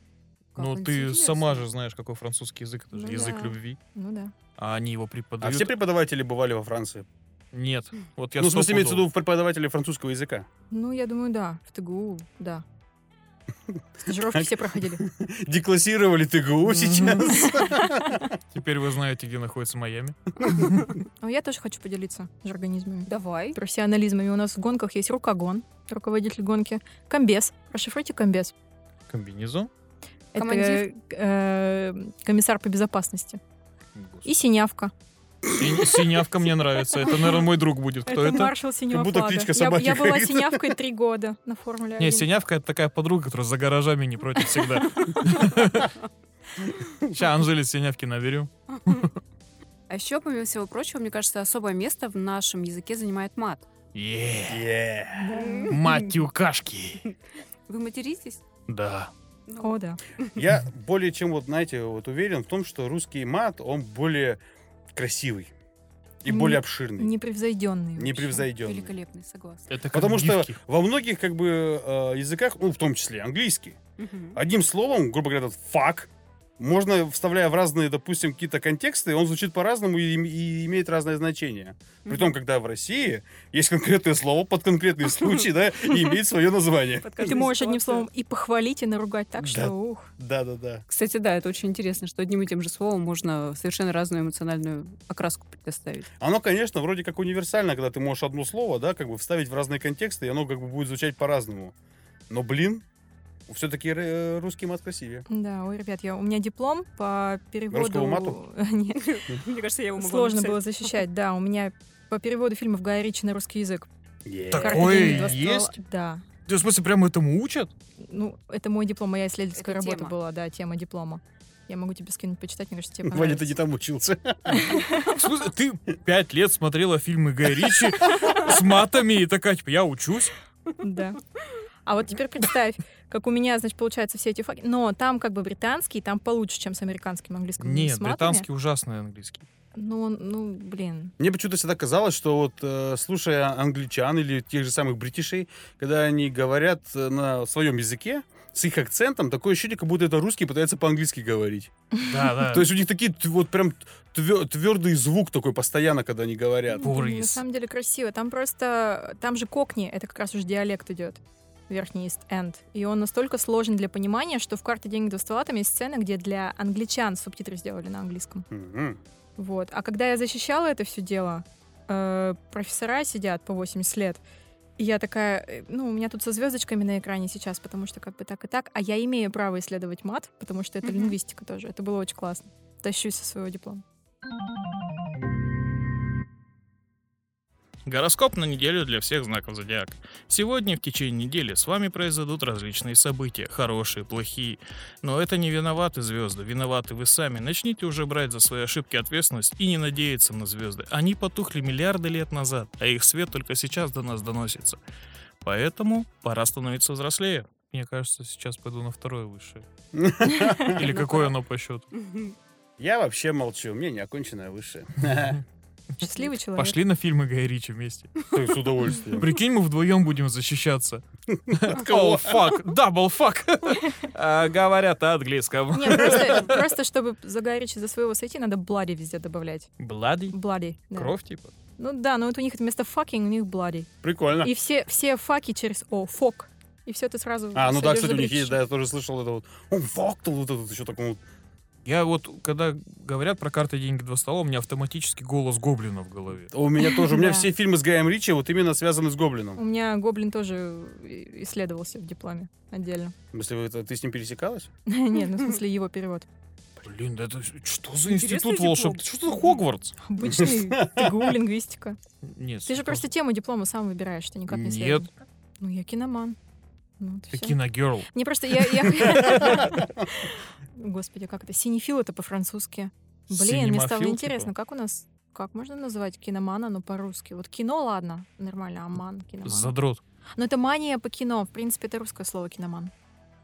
Как Ну ты интересно. сама же знаешь, какой французский язык. Это же Ну язык да. любви. Ну да. А они его А преподают. все преподаватели бывали во Франции. Нет. Вот я Ну, в смысле, стопудово. имеется в виду преподаватели французского языка. Ну, я думаю, да. В ТГУ, да. Стажировки все проходили. Деклассировали ТГУ сейчас. Теперь вы знаете, где находится Майами. А я тоже хочу поделиться с организмами. Давай. Профессионализмами. У нас в гонках есть рукогон, руководитель гонки, комбез. Расшифруйте комбез. Комбинезон. Это Командир. э, комиссар по безопасности. И синявка. Син- Синявка мне нравится. Это, наверное, мой друг будет. Кто это, это? маршал синего будто флага. кличка Я- собаки я, была какая-то. синявкой три года на Формуле Не, 1. Синявка — это такая подруга, которая за гаражами не против всегда. Сейчас Анжели Синявки наберем. А еще, помимо всего прочего, мне кажется, особое место в нашем языке занимает мат. Е, Yeah. матюкашки. Вы материтесь? Да. О, да. Я более чем, вот, знаете, вот уверен в том, что русский мат, он более красивый и Не- более обширный, Непревзойденный. вообще. непревзойденный. Великолепный, согласна. Это как Потому что гифки. во многих, как бы, э, языках, ну, в том числе английский, Мгм. одним словом, грубо говоря, этот фак, можно, вставляя в разные, допустим, какие-то контексты, он звучит по-разному и, им- и имеет разное значение. Притом, когда в России есть конкретное слово под конкретный случай, да, и имеет свое название. Под И Ты каждую можешь одним ситуацию. словом и похвалить, и наругать так, Да. что ух. Да-да-да. Кстати, да, это очень интересно, что одним и тем же словом можно совершенно разную эмоциональную окраску предоставить. Оно, конечно, вроде как универсально, когда ты можешь одно слово, да, как бы вставить в разные контексты, и оно как бы будет звучать по-разному. Но, блин, все-таки русский мат красивее. Да, ой, ребят, я, у меня диплом по переводу... Русскому мату? Нет, Мне кажется, я его Сложно было защищать, да. У меня по переводу фильмов Гая Ричи на русский язык. Так. «Карта Такое Денни два ствола». есть? Да. Ты, в смысле, прямо этому учат? Ну, это мой диплом, моя исследовательская Это работа тема. была, да, тема диплома. Я могу тебе скинуть почитать, мне кажется, тебе Ваня, ты понравится. не там учился. В смысле, ты пять лет смотрела фильмы Гай Ричи с матами и такая, типа, я учусь. Да. А вот теперь представь, как у меня, значит, получается все эти факты. Но там как бы британский, там получше, чем с американским английским. Нет, с матами. британский ужасный английский. Ну, он- ну, блин. Мне почему-то всегда казалось, что вот э, слушая англичан или тех же самых бритишей, когда они говорят э, на своем языке, с их акцентом, такое ощущение, как будто это русский пытается по-английски говорить. Да, да. То есть у них такие т- вот прям твердый звук такой постоянно, когда они говорят. Ну, блин, На Борис. самом деле красиво. Там просто, там же кокни, это как раз уже диалект идет. Верхний East End. И он настолько сложен для понимания, что в карте «Деньги два ствола» там есть сцена, где для англичан субтитры сделали на английском. Мгм. Вот. А когда я защищала это все дело, э, профессора сидят по 80 лет, и я такая, э, ну, у меня тут со звездочками на экране сейчас, потому что как бы так и так, а я имею право исследовать мат, потому что это Мгм. лингвистика тоже. Это было очень классно. Тащусь со своего диплома. Гороскоп на неделю для всех знаков зодиака. Сегодня в течение недели с вами произойдут различные события, хорошие, плохие. Но это не виноваты звезды, виноваты вы сами. Начните уже брать за свои ошибки ответственность и не надеяться на звезды. Они потухли миллиарды лет назад, а их свет только сейчас до нас доносится. Поэтому пора становиться взрослее. Мне кажется, сейчас пойду на второе высшее. Или какое оно по счету? Я вообще молчу, у меня неоконченное высшее. Счастливый человек. Пошли на фильмы Гая Ричи вместе. То есть С удовольствием. Прикинь, мы вдвоем будем защищаться. Oh, О, фак, дабл фак. А, Говорят о английском. Не, просто, просто чтобы за Гая Ричи, за своего сойти, надо блади везде добавлять. Блади. Блади. Кровь, типа. Ну да, но вот у них это вместо fucking, у них блади. Прикольно. И все, все факи через О, фок. И все ты сразу А, ну сойдёшь да, кстати, за у них есть, Бритиш. да, я тоже слышал это вот. Он фактал, вот этот еще такой вот. Я вот, когда говорят про карты деньги два стола, у меня автоматически голос гоблина в голове. А У меня тоже, у меня Да. все фильмы с Гаем Ричи вот именно связаны с Гоблином. У меня гоблин тоже и- исследовался в дипломе отдельно. В смысле, вы это- ты с ним пересекалась? Нет, ну в смысле его перевод. Блин, да это что за Интересный институт диплом. волшеб? Что за Хогвартс? Обычный ТГУ, лингвистика. Нет. Ты же просто тему диплома сам выбираешь, ты никак не Нет. связан. Ну, я киноман. Ну, вот и Ты всё. киногерл. Не просто я... я- Господи, как это? Синефил это по-французски. Блин, мне Синемофил, стало типа? интересно, как у нас... Как можно называть киномана, но по-русски? Вот кино, ладно, нормально, аман, киноман. Задрот. Но это мания по кино. В принципе, это русское слово киноман.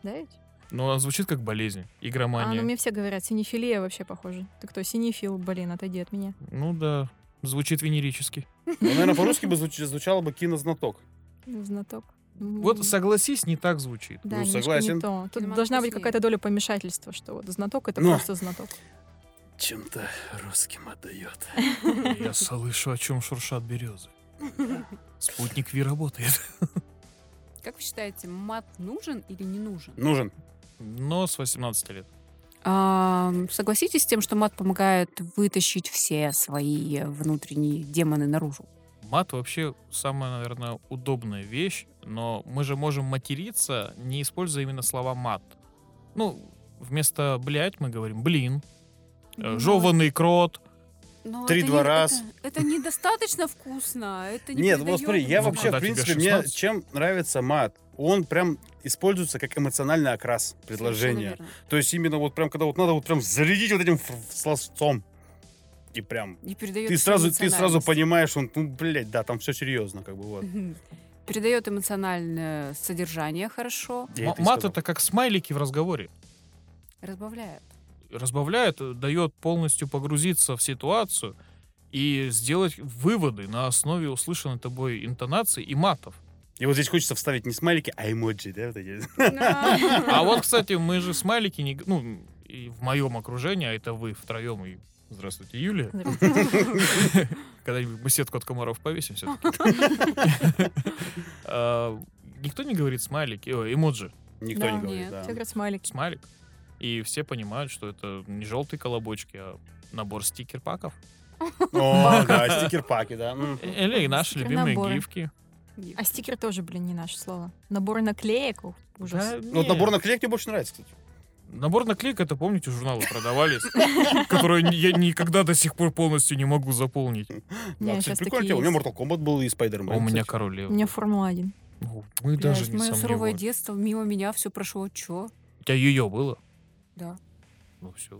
Да ведь? Ну, она звучит как болезнь. А, ну Игромания. мне все говорят, синефилия вообще похоже. Ты кто, синефил? Блин, отойди от меня. Ну да. Звучит венерически. Ну, наверное, по-русски бы звуч- звучало бы кинознаток. Знаток. М, Вот э, согласись, не так звучит. Да, ну, немножко согласен. не то. Тут Киноман должна быть вкуснее. какая-то доля помешательства, что вот знаток — это Ну. Но. просто знаток. Чем-то русским отдает. Я слышу, о чем шуршат березы. Спутник Ви работает. Как вы считаете, мат нужен или не нужен? Нужен. Но с 18 лет. Ам, Согласитесь с тем, что мат помогает вытащить все свои внутренние демоны наружу. Мат вообще самая, наверное, удобная вещь, но мы же можем материться, не используя именно слова мат. Ну, вместо блять мы говорим блин, э, жеванный крот. Но Ну, Три это два не- раз. Это, это недостатно вкусно. Это не Нет, вот придаёт смотри, я ему Ну, вообще, когда в тебе вкуса. принципе, мне 16. чем нравится мат? Он прям используется как эмоциональный окрас Совершенно предложения. верно. То есть именно вот прям, когда вот надо вот прям зарядить вот этим ф- ф- словцом. И прям... И передает Ты всю сразу, ты сразу эмоциональность. понимаешь, он, ну, блядь, да, там все серьезно, как бы вот. Мгм. Передает эмоциональное содержание хорошо, Я М- это и Мат сказал. это как смайлики в разговоре. разбавляет. Разбавляет, э, дает полностью погрузиться в ситуацию и сделать выводы на основе услышанной тобой интонации и матов. И вот здесь хочется вставить не смайлики, а эмоджи, да, вот эти. А вот, кстати, мы же смайлики не... г- Ну, и в моем окружении, а это вы втроем и... Здравствуйте, Юлия. Когда-нибудь мы сетку от комаров повесим все-таки. Никто не говорит смайлики, о, эмоджи, Никто Да, не говорит, нет, да. Все говорят смайлики. смайлик. И все понимают, что это не желтые колобочки, а набор стикер-паков. О, да, стикер-паки, да. м. Или наши любимые Стикер-наборы. гифки. А стикер тоже, блин, не наше слово. Набор наклеек. ух, Ужас. Да, Ну, Вот набор нет. наклеек мне больше нравится, кстати. Набор наклеек, это, помните, журналы продавались, которые я никогда до сих пор полностью не могу заполнить. А Не, Да, щас кстати, прикольно. такие У меня есть. Mortal Kombat был и Spider-Man. У меня Ну, кстати. король У Лев. меня Формула-1. Ну, Мы даже не мое суровое сомневаемся. детство мимо меня все прошло. Чё? У тебя ее было? Да. Ну все.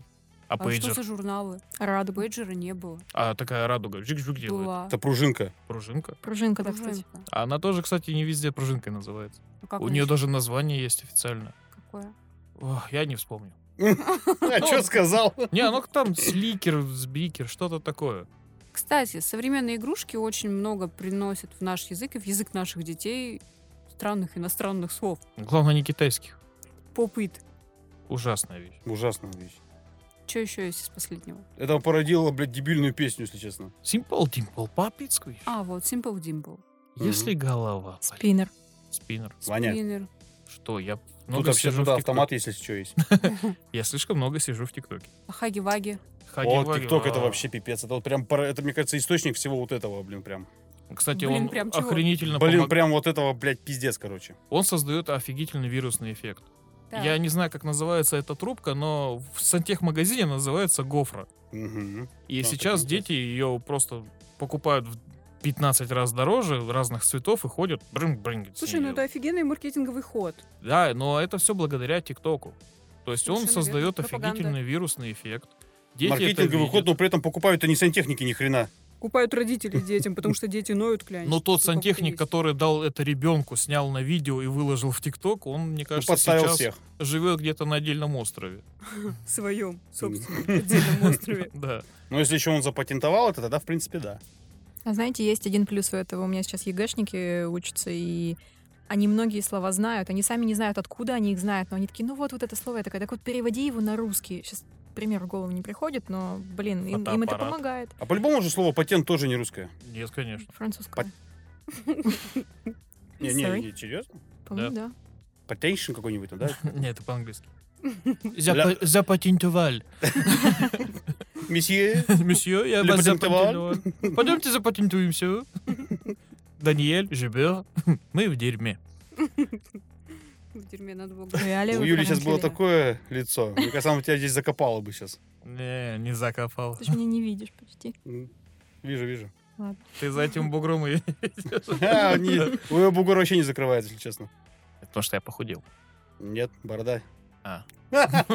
А А что пейджер? за журналы? Радуга. Бейджера не было. А такая радуга. Жик-жик делает. Была. Это пружинка. Пружинка. Пружинка, да, кстати. Пружинка. А она тоже, кстати, не везде пружинкой называется. А как У он нее ещё- даже название есть официально. какое? Ох, я не вспомню. А что сказал? Не, оно там сликер, сбикер, что-то такое. Кстати, современные игрушки очень много приносят в наш язык и в язык наших детей странных иностранных слов. Главное, не китайских. Попыт. Ужасная вещь. Ужасная вещь. Что еще есть из последнего? Это породило, блядь, дебильную песню, если честно. Симпл димпл папицкую. А, вот, Simple Dimple. Если голова. болит. Спиннер. Спиннер. Ваня, Спиннер. Что, я тут много вообще сижу Ну, туда в автомат, ТикТоке. если что, есть. Я слишком много сижу в ТикТоке. Хаги-ваги. Вот, Хаги-ваги, ТикТок это а. вообще пипец. Это вот прям, пара- это, мне кажется, источник всего вот этого, блин, прям. Кстати, Блин, он прям чего? охренительно Блин, помог- прям вот этого, блядь, пиздец, короче. Он создает офигительный вирусный эффект. Да. Я не знаю, как называется эта трубка, но в сантехмагазине она называется гофра. Мгм. И А, сейчас так дети ее просто покупают в 15 раз дороже, разных цветов, и ходят брынг брынг с Слушай, ну неё. это офигенный маркетинговый ход. Да, но это все благодаря ТикТоку. То есть он Совершенно создает верно. Пропаганда. офигительный вирусный эффект. Дети это Маркетинговый видят. ход, но при этом покупают они сантехники ни хрена. Ну, Купают родители детям, потому что дети ноют, клянчат. Но тот что бабка сантехник, есть. который дал это ребенку, снял на видео и выложил в ТикТок, он, мне Ну, кажется, Подставил сейчас всех. живет где-то на отдельном острове. Своем, собственном, отдельном острове. Да. Но если еще он запатентовал это, тогда, в принципе, да. А знаете, есть один плюс у этого. У меня сейчас ЕГЭшники учатся, и они многие слова знают. Они сами не знают, откуда они их знают, но они такие, ну вот, вот это слово. Я такая, так вот переводи его на русский. Сейчас пример в голову не приходит, но, блин, им, им это Фотоаппарат. помогает. А по-любому же слово патент тоже не русское. Нет, конечно. Французское. Не, не, Sorry. не, серьезно? По-моему, да. Патеншн какой-нибудь там, да? Нет, это по-английски. Запа- Запатентовал. Месье, Месье, я вас Запатентовал. запатентовал. Пойдемте запатентуемся. Даниэль, Жибер, мы в дерьме. В дерьме надо было Ну, говорить. и у Олега Юли сейчас было Карамзина. такое лицо. Мне кажется, она тебя здесь закопала бы сейчас. Не, не закопал. Ты же меня не видишь почти. М, Вижу, вижу. Ты за этим бугром и... А, нет, у него бугор вообще не закрывается, если честно. Потому что я похудел. Нет, борода. А.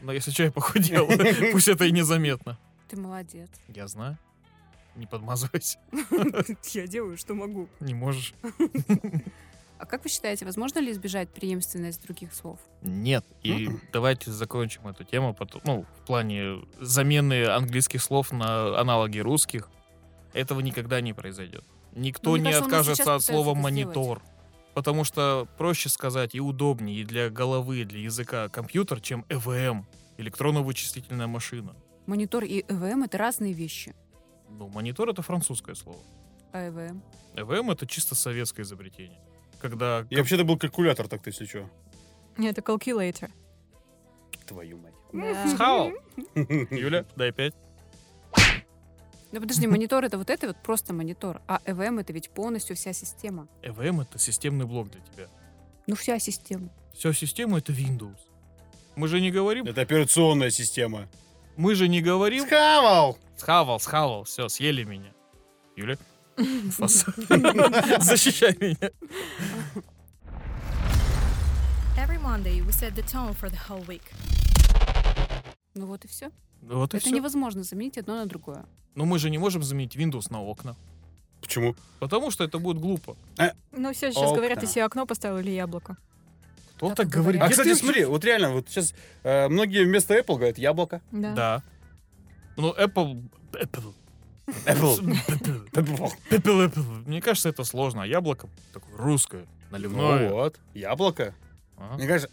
Но Ну, если что, я похудел. Пусть это и незаметно. Ты молодец. Я знаю. Не подмазывайся. Я делаю, что могу. Не можешь. А как вы считаете, возможно ли избежать преемственность других слов? Нет. И давайте закончим эту тему. потом. Ну, в плане замены английских слов на аналоги русских. Этого никогда не произойдет. Никто Ну, не мне кажется, у нас сейчас откажется от пытаются слова это монитор. Потому что проще сказать и удобнее и для головы, и для языка компьютер, чем ЭВМ, электронно-вычислительная машина. Монитор и ЭВМ — это разные вещи. Ну, монитор это французское слово. А ЭВМ? ЭВМ это чисто советское изобретение. Когда... И вообще-то был калькулятор так-то, если что. Нет, это calculator. Твою мать. Схавал. Юля, дай пять. Ну подожди, монитор — это вот это вот просто монитор, а ЭВМ — это ведь полностью вся система. ЭВМ Эм» это системный блок для тебя. Ну вся система. Вся система это Windows. Мы же не говорим... Это операционная система. Мы же не говорим... Схавал! Схавал, схавал, все, съели меня. Юля, фас. защищай меня. Every Monday we set the tone for the whole week. Ну вот и все. Ну Вот и это все. невозможно заменить одно на другое. Но мы же не можем заменить Windows на окна. Почему? Потому что это будет глупо. Ну, все сейчас Окна. говорят, ты себе окно поставил или яблоко. Кто Так так и говорит? говорят. А, Где кстати, ты- смотри, вот реально, вот сейчас э, многие вместо Apple говорят яблоко. Да. Да. Ну, Apple... Apple. Apple. Apple. Apple. Apple, Apple. Мне кажется, это сложно. А яблоко такое русское, Ну наливное. вот, яблоко. Ага. Мне кажется,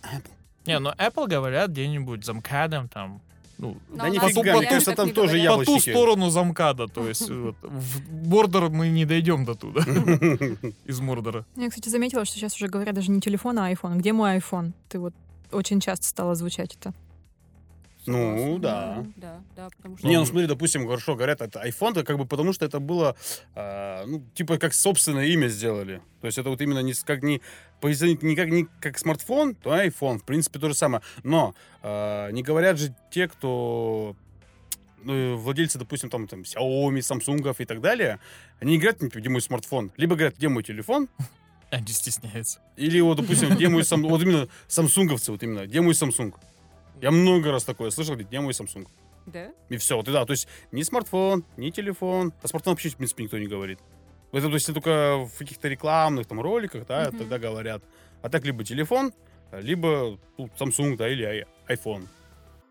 Не, ну Apple говорят где-нибудь за МКАДом там. Ну, Но да у нас нифига, нифига, реально мне кажется, так там не тоже говорят. по ту яблочники. сторону замкада, то есть вот, в Мордор мы не дойдем до туда. Из Мордора. Я, кстати, заметила, что сейчас уже говорят даже не телефон, а iPhone. Где мой iPhone? Ты вот очень часто стала звучать это. Ну, да. Да, да, потому что... Не, ну смотри, допустим, хорошо, говорят, это iPhone, то как бы потому что это было, а, ну, типа, как собственное имя сделали. То есть это вот именно не с- как не позиционировать не как, не как смартфон, то iPhone. В принципе, то же самое. Но а, не говорят же те, кто ну, владельцы, допустим, там, там Xiaomi, Samsung и так далее, они не говорят, типа, где мой смартфон, либо говорят, где мой телефон, Они стесняются. или вот, допустим, где мой сам, вот именно самсунговцы, вот именно, где мой Samsung. Я много раз такое слышал, говорит, где мой Samsung. Да? И все, вот и да, то есть ни смартфон, ни телефон. О смартфон вообще, в принципе, никто не говорит. Это, то есть, это только в каких-то рекламных там роликах, да, Мгм. тогда говорят. А так либо телефон, либо ну, Samsung, да, или ай- iPhone.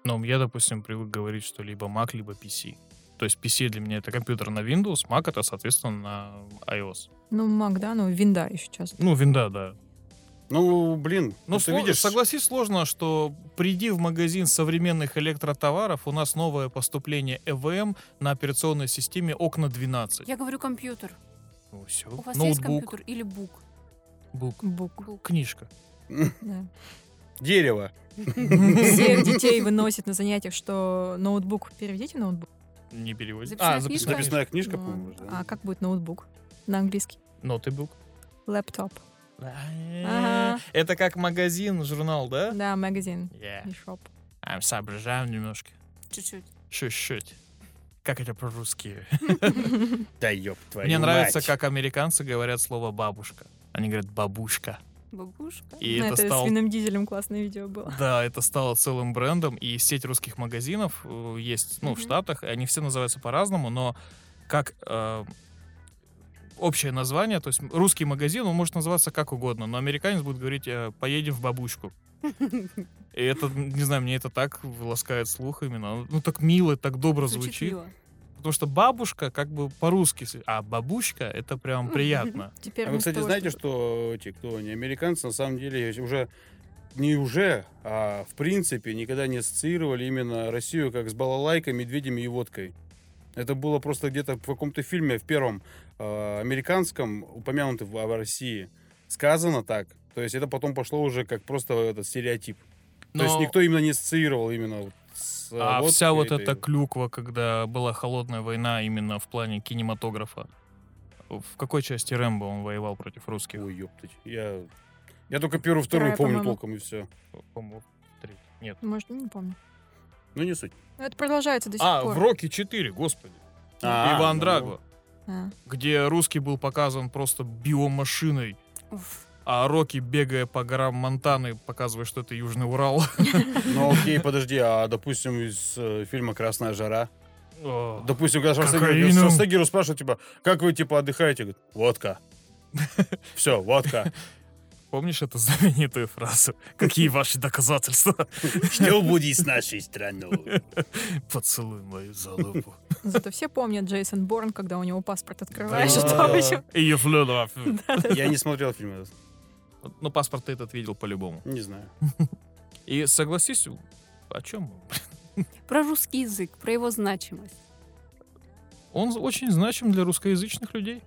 Но я, допустим, привык говорить, что либо Mac, либо PC. То есть PC для меня это компьютер на Windows, Mac это, соответственно, на iOS. Ну, Мак, да, ну, винда еще часто. Ну, винда, да. Ну, блин, Ну, ты сло- видишь, согласись, сложно, что приди в магазин современных электротоваров, у нас новое поступление ЭВМ на операционной системе окна 12. Я говорю компьютер. Ну, все. У вас есть Ноутбук, компьютер или бук? бук, Бук. книжка. Да. дерево. Всех детей выносит на занятиях, что ноутбук переведите ноутбук. Не переводит. Записная а, записная. книжка? книжка. Записная книжка, Ну, по-моему, да. А как будет ноутбук на английский? Нотебук. Лэптоп. Ага. Э, Это как магазин, журнал, да? Да, магазин. Я И шоп. соображаю А, немножко. Чуть-чуть. Чуть-чуть. Как это по-русски? Да ёб твою Мне нравится, мать. как американцы говорят слово бабушка. Они говорят бабушка. Бабушка. И Ну, это А это с стало Винным Дизелем классное видео типа. было. Да, это стало целым брендом, и сеть русских магазинов э, есть, ну, в Мгм. Штатах, и они все называются по-разному, но как э, общее название, то есть русский магазин, он может называться как угодно, но американец будет говорить э, «поедем в бабушку». И это, не знаю, мне это так ласкает слух именно. Ну, так мило, так добро звучит. мило. Потому что бабушка как бы по-русски, с- а бабушка — это прям приятно. Теперь А вы, вместо кстати, того, знаете, чтобы- что те, кто не американцы, на самом деле уже не уже, а в принципе никогда не ассоциировали именно Россию как с балалайкой, медведями и водкой. Это было просто где-то в каком-то фильме, в первом э, американском, упомянутом в- о России, сказано так. То есть это потом пошло уже как просто этот стереотип. Но- То есть никто именно не ассоциировал именно вот с э, А водкой вся вот этой. эта клюква, когда была холодная война именно в плане кинематографа. В какой части Рэмбо он воевал против русских? Ой, ёптать. Я... Я только первую, вторую Вторая, помню по-моему. толком, и все. По-моему, третий. Нет. Может, не помню. Ну, не суть. Но это продолжается до сих А, пор. в Роке 4, господи. А, Иван ну. Драго, А. где русский был показан просто биомашиной, Уф. а Рокки, бегая по горам Монтаны, показывает, что это Южный Урал. Ну, окей, подожди, а, допустим, из э, фильма «Красная жара»? О, Допустим, когда Шварценеггер Кокаином. Шварценеггеру спрашивают, типа, как вы, типа, отдыхаете? Говорит, водка. Все, водка. Помнишь эту знаменитую фразу? Какие ваши доказательства? Что будет с нашей страной? Поцелуй мою залупу. Зато все помнят Джейсон Борн, когда у него паспорт открываешь, и Да. там еще... И я влюблен. Я не смотрел фильм этот, Ну, паспорт ты этот видел по-любому. не знаю. И согласись, о чем? Про русский язык, про его значимость. Он очень значим для русскоязычных людей.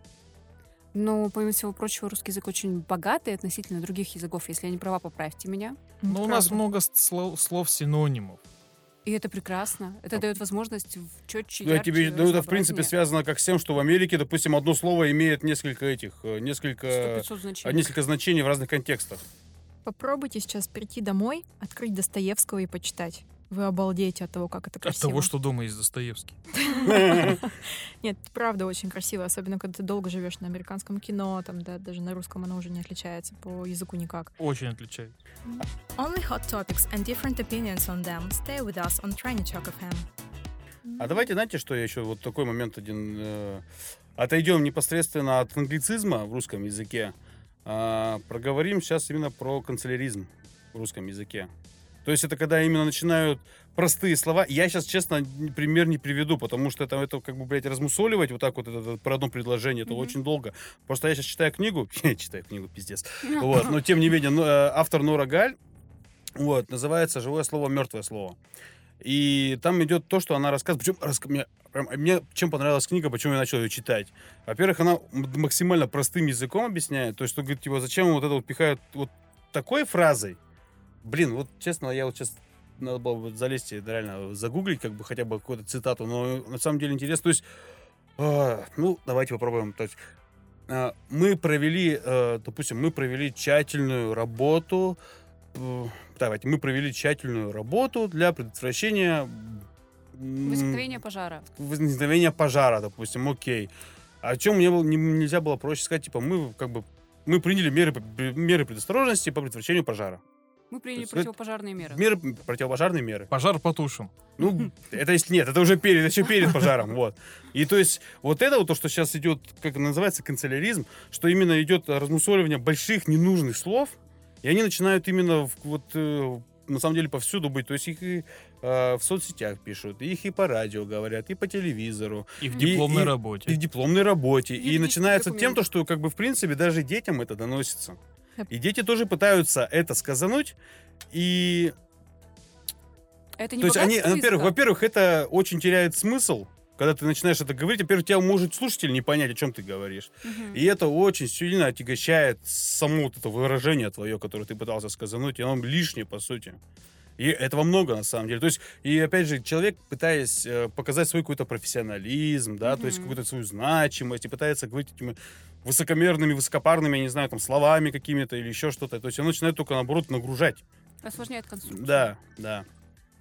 Но, Ну, помимо всего прочего, русский язык очень богатый относительно других языков. Если я не права, поправьте меня. Ну, Но Ну, у нас много с- слов, слов синонимов. И это прекрасно. Это дает возможность в четче, А Ну, я ярче, тебе, ну, это, в принципе, разнообразнее. связано как с тем, что в Америке, допустим, одно слово имеет несколько этих, э, несколько, 100-500 а, значений. несколько значений в разных контекстах. Попробуйте сейчас прийти домой, открыть Достоевского и почитать. Вы обалдеете от того, как это От красиво. того, что дома есть Достоевский. Нет, правда очень красиво, особенно когда ты долго живешь на американском кино, там, да, даже на русском оно уже не отличается по языку никак. Очень отличается. Only hot topics and different opinions on them. Stay with us on Trainichok FM. А давайте, знаете, что я еще вот такой момент один... э, отойдем непосредственно от англицизма в русском языке. а проговорим сейчас именно про канцеляризм в русском языке. То есть это когда именно начинают простые слова. Я сейчас, честно, н- пример не приведу, потому что это, это как бы, блядь, размусоливать вот так вот это, это про одно предложение, это Мгм. очень долго. Просто я сейчас читаю книгу, я читаю книгу, пиздец. Вот, но тем не менее, но, э, автор Нора Галь, вот, называется «Живое слово, мертвое слово». И там идет то, что она рассказывает. Причем рас- мне, прям- мне чем понравилась книга, почему я начал ее читать. Во-первых, она м- максимально простым языком объясняет. То есть, что говорит, типа, зачем вот это вот пихают вот такой фразой. Блин, вот честно, я вот сейчас надо было бы залезть и реально загуглить, как бы хотя бы какую-то цитату, но на самом деле интересно. То есть, а, ну, давайте попробуем. То есть, а, мы провели, э, допустим, мы провели тщательную работу. э, Давайте, мы провели тщательную работу для предотвращения м, Возникновение пожара. возникновения пожара, допустим, окей. О чем мне было, не- нельзя было проще сказать, типа, мы как бы мы приняли меры, пр- меры предосторожности по предотвращению пожара. Мы приняли есть это- противопожарные меры. Меры, противопожарные меры. Пожар потушен. Ну, это если нет, это уже перед, это еще перед пожаром, вот. И то есть вот это вот то, что сейчас идет, как это называется, канцеляризм, что именно идет размусоливание больших ненужных слов, и они начинают именно в- вот э, на самом деле повсюду быть. То есть их и э, в соцсетях пишут, их и по радио говорят, и по телевизору, И в И- дипломной и- и в работе. дипломной работе. И Юридический начинается тем, документ. то, что как бы в принципе даже детям это доносится. Эп. И дети тоже пытаются это сказануть. И Это не то есть они, богатство во-первых, языка? во-первых, это очень теряет смысл, когда ты начинаешь это говорить. Во-первых, тебя может слушатель не понять, о чем ты говоришь. Мгм. И это очень сильно отягощает само вот это выражение твое, которое ты пытался сказануть, и оно лишнее, по сути. И этого много, на самом деле. То есть, и опять же, человек, пытаясь э, показать свой какой-то профессионализм, да, то есть Мгм. какую-то свою значимость, и пытается говорить этими высокомерными, высокопарными, я не знаю, там, словами какими-то или еще что-то. То есть, он начинает только, наоборот, нагружать. Осложняет конструкцию. Да, да.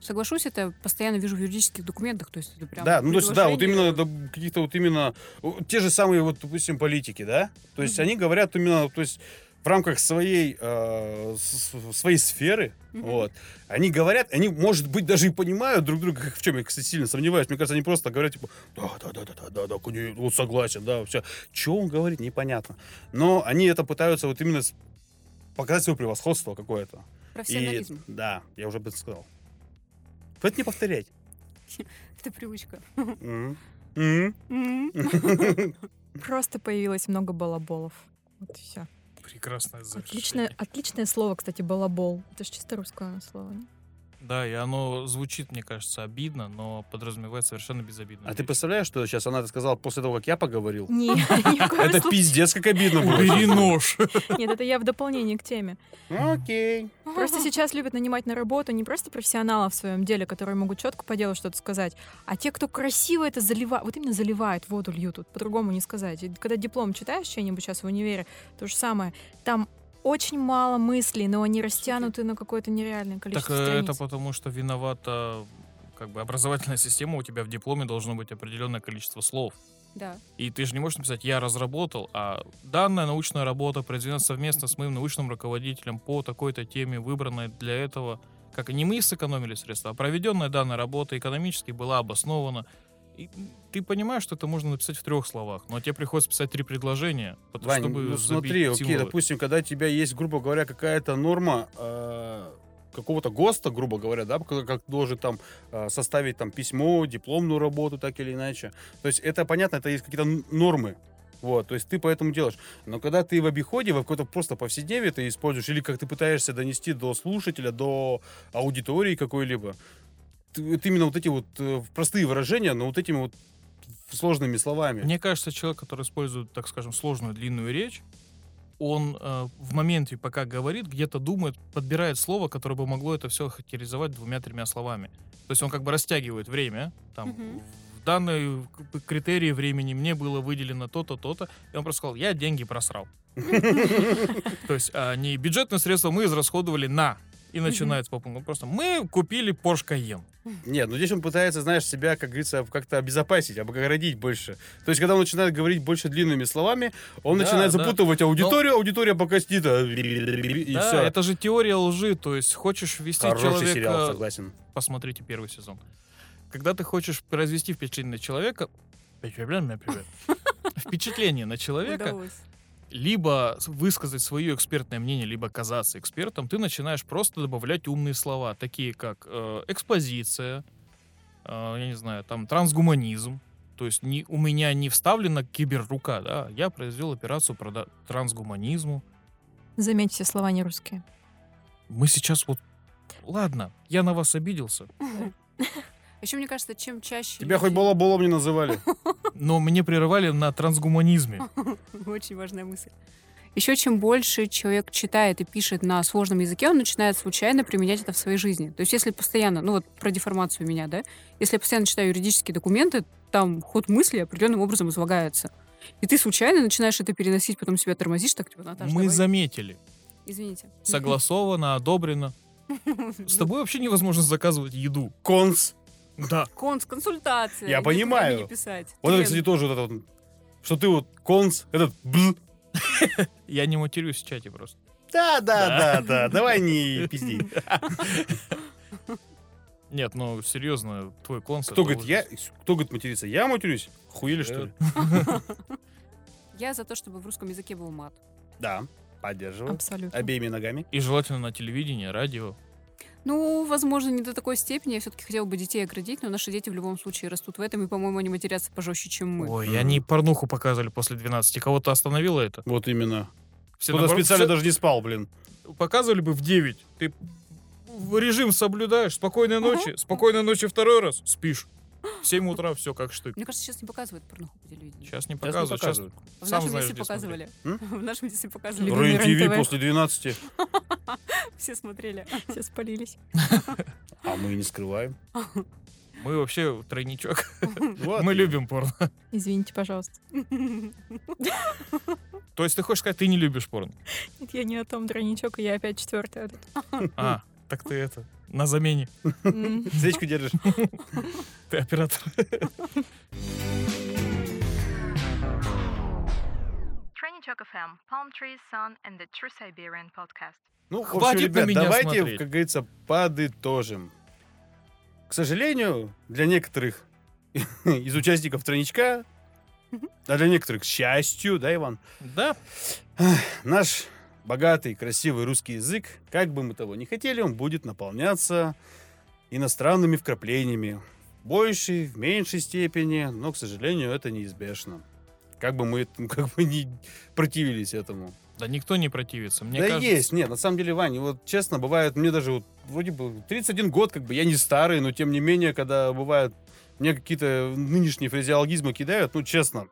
Соглашусь, это постоянно вижу в юридических документах, то есть это прям... Да, ну то есть, да, вот предложение. именно да, каких-то вот именно у- те же самые вот, допустим, политики, да, то есть они говорят именно, то есть в рамках своей э, с- с- своей сферы, Мгм. вот, они говорят, они может быть даже и понимают друг друга, в чем я, кстати, сильно сомневаюсь, мне кажется, они просто говорят типа, да, да, да, да, да, да, да, конечно, вот согласен, да, все, что он говорит, непонятно, но они это пытаются вот именно с- показать свое превосходство какое-то. И, Профессионализм. да, я уже бы это сказал. Это не повторять. Это привычка. Мгм. Мгм. М. Просто появилось много балаболов. Вот и все. Прекрасное завершение. Отличное, отличное слово, кстати, балабол. Это же чисто русское слово. не? Да, и оно звучит, мне кажется, обидно, но подразумевает совершенно безобидно. А ты представляешь, что сейчас она это сказала после того, как я поговорил? Не, ни в коем Это случае. пиздец, как обидно Убери было. нож. Нет, это я в дополнение к теме. Окей. Просто сейчас любят нанимать на работу не просто профессионалов в своем деле, которые могут четко по делу что-то сказать, а те, кто красиво это заливает, вот именно заливает, воду льют, тут по-другому не сказать. И когда диплом читаешь что-нибудь сейчас в универе, то же самое. Там очень мало мыслей, но они растянуты на какое-то нереальное Так количество э, страниц. это потому, что виновата как бы образовательная система, у тебя в дипломе должно быть определенное количество слов. Да. И ты же не можешь написать «я разработал», а данная научная работа произведена совместно с моим научным руководителем по такой-то теме, выбранной для этого. Как и не мы сэкономили средства, а проведенная данная работа экономически была обоснована. И ты понимаешь, что это можно написать в трех словах, но тебе приходится писать три предложения, потому- Вань, чтобы ну забить смотри, окей, символы. допустим, когда у тебя есть, грубо говоря, какая-то норма э, какого-то ГОСТа, грубо говоря, да, как, как должен там э, составить там письмо, дипломную работу, так или иначе. То есть это понятно, это есть какие-то н- нормы. Вот, то есть ты поэтому делаешь. Но когда ты в обиходе, в какой-то просто повседневе ты используешь, или как ты пытаешься донести до слушателя, до аудитории какой-либо, ты- вот именно вот эти вот э, простые выражения, но вот этими вот сложными словами. Мне кажется, человек, который использует, так скажем, сложную длинную речь, он э, в моменте, пока говорит, где-то думает, подбирает слово, которое бы могло это все характеризовать двумя-тремя словами. То есть он как бы растягивает время. Там, Мгм. В данной к- п- критерии времени мне было выделено то-то, то-то. И он просто сказал, я деньги просрал. То есть а, не бюджетные средства мы израсходовали на. И начинается по пунктам. Просто мы купили Porsche Cayenne. Нет, ну здесь он пытается, знаешь, себя, как говорится, как-то обезопасить, обгородить больше. То есть, когда он начинает говорить больше длинными словами, он Да, начинает да. запутывать аудиторию, аудитория пока сидит, а, и да, все. это э, же теория лжи. То есть хочешь ввести Хороший человека... сериал, согласен. посмотрите первый сезон. Когда ты хочешь произвести впечатление на человека, впечатление, привет. впечатление на человека, Удалось. либо с- высказать свое экспертное мнение, либо казаться экспертом, ты начинаешь просто добавлять умные слова, такие как э, экспозиция, э, я не знаю, там трансгуманизм. То есть не, у меня не вставлена киберрука, да, я произвел операцию по да- трансгуманизму. Заметьте, все слова не русские. Мы сейчас вот... Ладно, я на вас обиделся. Еще мне кажется, чем чаще... Тебя хоть люди- балаболом не называли. Но мне прерывали на трансгуманизме. Очень важная мысль. Еще чем больше человек читает и пишет на сложном языке, он начинает случайно применять это в своей жизни. То есть если постоянно, ну вот про деформацию меня, да, если я постоянно читаю юридические документы, там ход мысли определенным образом излагается. И ты случайно начинаешь это переносить, потом себя тормозишь, так типа, Наташа, Мы давай». заметили. Извините. Согласовано, одобрено. С тобой вообще невозможно заказывать еду. Конс. Да. Конс, консультация. Я нет понимаю. времени писать. ну Вот это, Блин, кстати, тоже вот это вот, что ты вот конс, этот бл. Я не матерюсь в чате просто. Да, да, да, да, давай не пизди. Нет, ну серьезно, твой конс. это Кто говорит, я, ужас. Э. кто говорит материться? Я матерюсь? Хуели, что ли? Я за то, чтобы в русском языке был мат. Да, Ну, поддерживаю. Абсолютно. Обеими ногами. И желательно на телевидении, радио. Ну, возможно, не до такой степени. Я все-таки хотела бы детей оградить, но наши дети в любом случае растут в этом, и, по-моему, они матерятся пожестче, чем мы. Ой, они порнуху показывали после 12. Кого-то остановило это? Вот именно. Все Кто-то наоборот, специально все даже не спал, блин. показывали бы в 9. Ты в- режим соблюдаешь. Спокойной ночи. Спокойной ночи второй раз. Спишь. В 7 утра все как штык. Мне кажется, сейчас не показывают порнуху по телевидению. Сейчас не Сейчас не показывают. Сейчас показывают. в сам нашем знаешь, детстве где показывали. смотреть. В нашем детстве показывали. Любимый ТВ РЕН-ТВ. после 12. Все смотрели. Все спалились. А мы и не скрываем. мы вообще тройничок. Вот. мы любим порно. Извините, пожалуйста. То есть ты хочешь сказать, ты не любишь порно? Нет, я не о том дроничок, и я опять четвертая. А, так ты это, на замене. М. Свечку держишь. Ты оператор. Training FM, Palm Trees, Sun and the True Siberian Podcast. Ну, в общем, Хватит на ребят, меня давайте, смотреть. как говорится, подытожим. К сожалению, для некоторых из участников тройничка, а для некоторых, к счастью, да, Иван, Да, наш богатый, красивый русский язык, как бы мы того не хотели, он будет наполняться иностранными вкраплениями. В большей, в меньшей степени, но, к сожалению, это неизбежно. Как бы мы этому- как бы не противились этому. да никто не противится. Мне да кажется, есть, нет, на самом деле, Ваня, вот честно, бывает, мне даже вот вроде бы 31 год, как бы я не старый, но тем не менее, когда бывает, мне какие-то нынешние фразеологизмы кидают, ну честно,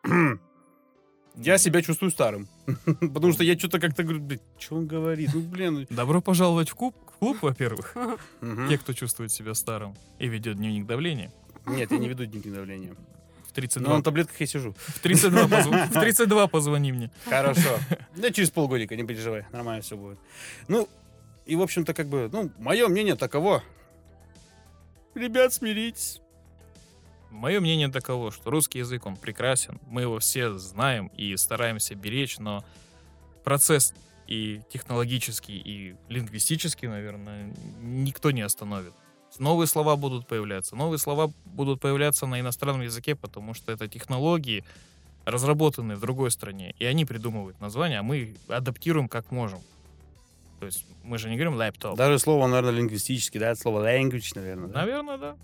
я себя чувствую старым. Потому что я что-то как-то говорю, блядь, что он говорит? Ну, блин. Добро пожаловать в клуб, в клуб, во-первых. Мгм. Те, кто чувствует себя старым и ведет дневник давления. Нет, я не веду дневник давления. В Но 32, на таблетках я сижу. в 32, позв- в 32 позвони мне. Хорошо. Да через полгодика, не переживай, нормально все будет. Ну, и, в общем-то, как бы, ну, мое мнение таково. Ребят, смиритесь. Мое мнение таково, что русский язык, он прекрасен, мы его все знаем и стараемся беречь, но процесс и технологический, и лингвистический, наверное, никто не остановит. Новые слова будут появляться. Новые слова будут появляться на иностранном языке, потому что это технологии, разработанные в другой стране, и они придумывают названия, а мы адаптируем как можем. То есть мы же не говорим «лэптоп». Даже слово, наверное, лингвистически, да, это слово language, наверное. да? Наверное, да.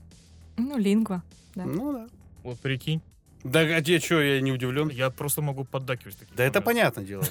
Ну, лингва. да. Ну да. Вот прикинь, Да а я что, я не удивлен? я просто могу поддакивать. в таких Да это моментах. понятное дело.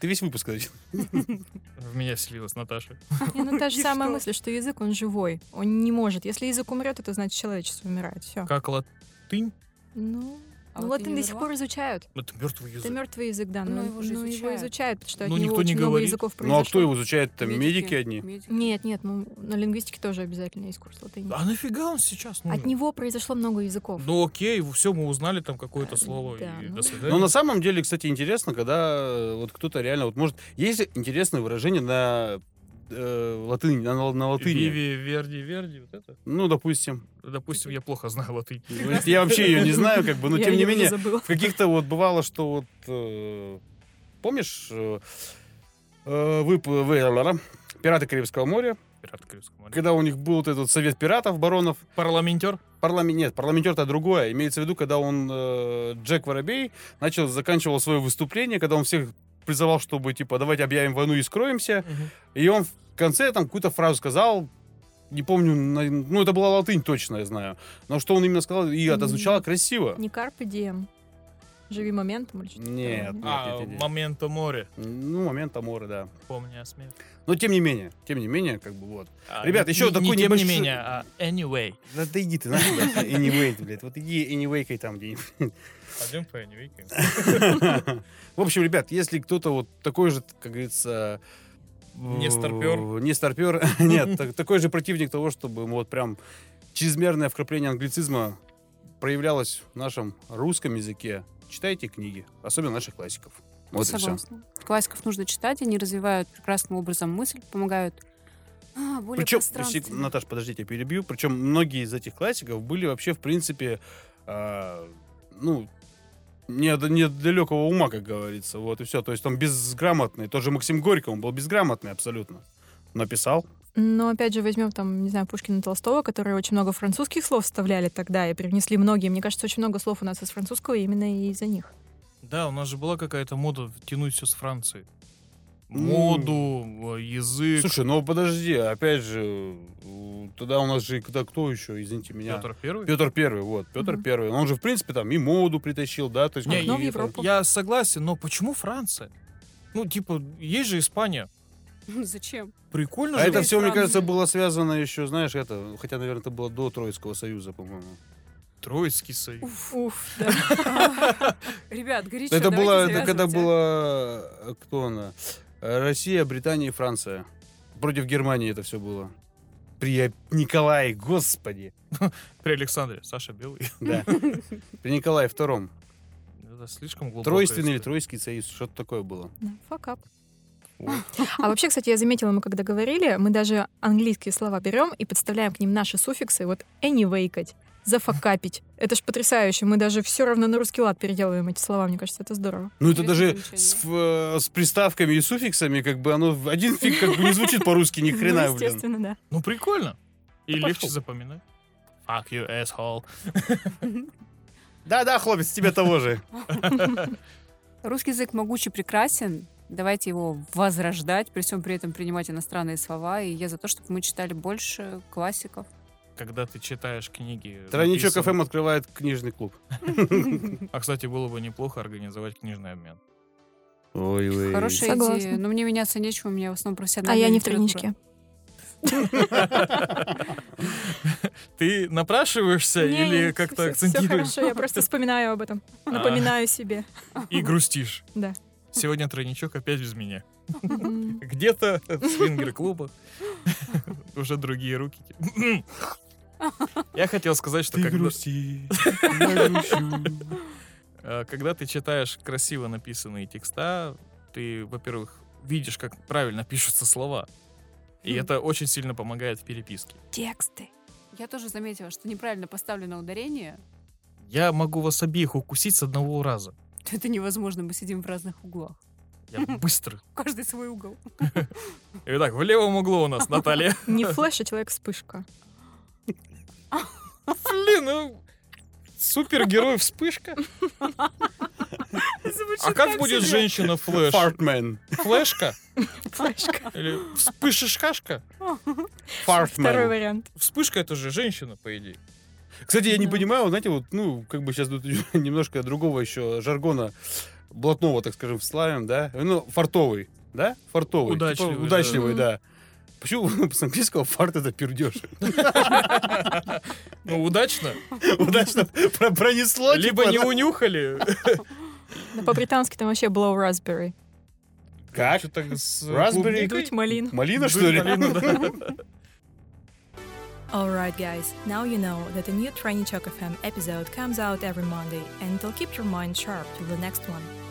Ты весь выпуск начал. В меня вселилась Наташа. Не, ну та же И самая что? мысль, что язык, он живой. Он не может. Если язык умрет, это значит человечество умирает. Все. Как латынь? Ну, А ну, вот латынь до сих пор изучают. Это мертвый язык. Это мертвый язык, да, но, Но но его его, же изучают. изучают, потому что от Ну, него никто не очень много говорит. языков Ну а кто произошло. его изучает? Там медики одни. Медики. Нет, нет, ну на лингвистике тоже обязательно есть курс латыни. А нафига он сейчас нужен? От него произошло много языков. Ну окей, все, мы узнали там какое-то Э, слово. да, и ну. до свидания. Но на самом деле, кстати, интересно, когда э, вот кто-то реально, вот может, есть интересные выражения на э, латыни, на, на латыни. Виви, Верди, Верди, вот это. Ну, допустим. Ну, Допустим, я плохо знаю латынь. Я вообще ее не знаю, как бы, но Я Ну, тем не её уже менее, забыла. В каких-то вот бывало, что вот э, помнишь э, э, вып- вы- ла-ла-ла, пираты Карибского моря, Пират Карибского моря. когда у них был вот этот совет пиратов, баронов, Парламентер? парламент, нет, парламентер-то другое, имеется в виду, когда он, э, Джек Воробей, начал, заканчивал свое выступление, когда он всех призывал, чтобы, типа, давайте объявим войну и скроемся, и он в конце там какую-то фразу сказал, не помню, на- ну, это была латынь точно, я знаю, но что он именно сказал, и это звучало красиво. Не карпе дием. Живи моментом или что-то Нет, такое, нет. А, нет, нет. Моменто море. Ну, момент Аморы, да. Помни о смерти. Но тем не менее, тем не менее, как бы вот. А, Ребят, не- ещё не- такой не, тем не небольшой- менее, а anyway. Да, да иди ты, нахуй, блядь, anyway, блядь. Вот иди anyway там где-нибудь. Пойдем по anyway. В общем, ребят, если кто-то вот такой же, как говорится... в- Не старпёр. Э, Не старпер. Нет, так- такой же противник того, чтобы ему вот прям чрезмерное вкрапление англицизма проявлялось в нашем русском языке. Читайте книги, особенно наших классиков. Вот и все. Согласна. Классиков нужно читать, они развивают прекрасным образом мысль, помогают а, более Причем, пространственно. Наташ, подождите, я перебью. Причем многие из этих классиков были вообще, в принципе, а, ну, не, от- не от далекого ума, как говорится. Вот и все. То есть он безграмотный. Тоже Максим Горький, он был безграмотный абсолютно. Написал. Но опять же возьмем там, не знаю, Пушкина Толстого, которые очень много французских слов вставляли тогда и привнесли многие. Мне кажется, очень много слов у нас из французского именно из-за них. Да, у нас же была какая-то мода тянуть все с Франции. Моду, э, язык. Ну. Слушай, ну подожди, опять же, у- тогда у нас же когда кто еще, извините меня? Петр Первый? Петр Первый, вот, Петр Мгм. Первый. Он же, в принципе, там и моду притащил, да? То есть, Не, ну, как и- Окно в Европу. Я согласен, но почему Франция? Ну, типа, есть же Испания. Зачем? Прикольно А же. это из все, мне Франции. кажется, было связано еще, знаешь, это, хотя, наверное, это было до Троицкого союза, по-моему. Троицкий союз. Уф. Уф, да. Ребят, горячо, Это давайте было, это когда завязывать, а. было, э, кто она? Э, Россия, Британия и Франция. Против Германии это все было. При Николае, господи. При Александре. Саша Белый. Да. При Николае Втором. Это слишком глубоко. Тройственный или Тройский союз, что-то такое было. Да, Fuck up. А вообще, кстати, я заметила, мы когда говорили, мы даже английские слова берем и подставляем к ним наши суффиксы. Вот anyway-кать, зафакапить. Это ж потрясающе. Мы даже все равно на русский лад переделываем эти слова. Мне кажется, это здорово. Ну это Интересное даже замечание. с, ф- э, с приставками и суффиксами, как бы оно в один фиг как бы не звучит по-русски ни хрена, Ну, блин. естественно, да. Ну, прикольно. И Да легче пошёл. запоминать. Fuck you, asshole. Да-да, хлопец, тебе того же. Русский язык могучий, прекрасен. Давайте его возрождать, при всем при этом принимать иностранные слова. И я за то, чтобы мы читали больше классиков. Когда ты читаешь книги... Тройничок написанные- ФМ открывает книжный клуб. А, кстати, было бы неплохо организовать книжный обмен. Ой, Хорошая Согласна. идея. Но Ну, мне меняться нечего, у меня в основном А профессиональная я не в литература. тройничке. Ты напрашиваешься Не, или не, как-то всё- всё акцентируешь хорошо, я просто вспоминаю об этом. А. Напоминаю себе. и грустишь? Да. Сегодня тройничок опять без меня. М, Где-то в свингер-клубах. Уже другие руки. Я хотел сказать, что когда, грусти, я грущу. э, когда ты читаешь красиво написанные текста, ты, во-первых, видишь, как правильно пишутся слова. И это очень сильно помогает в переписке. Тексты. Я тоже заметила, что неправильно поставлено ударение. Я могу вас обеих укусить с одного раза. Это невозможно, мы сидим в разных углах. Я быстро. Каждый свой угол. Итак, в левом углу у нас Наталья. Не флеш, а человек-вспышка. Блин, ну... Супергерой вспышка. А как будет женщина флэш? Фартмен. Флешка? Флешка. Или вспышишкашка? Второй Фартмен. вариант. Вспышка это же женщина, по идее. Кстати, я не Да. понимаю, вот знаете, вот, ну, как бы сейчас тут немножко другого еще жаргона блатного, так скажем, вславим, да? Ну, фартовый, да? Фартовый. типа Удачливый, да. удачливый, Мгм. да. Почему с английского фарт это пердеж? Ну, удачно. Удачно про- пронесло. Либо типа, не да? унюхали. Но по-британски там вообще blow raspberry. Как? Что-то с э, Raspberry? клубникой. Дуть малин. Малина, что ли? Малина, да. Alright, guys, now you know that a new Trainee Choc FM episode comes out every Monday, and it'll keep your mind sharp till the next one.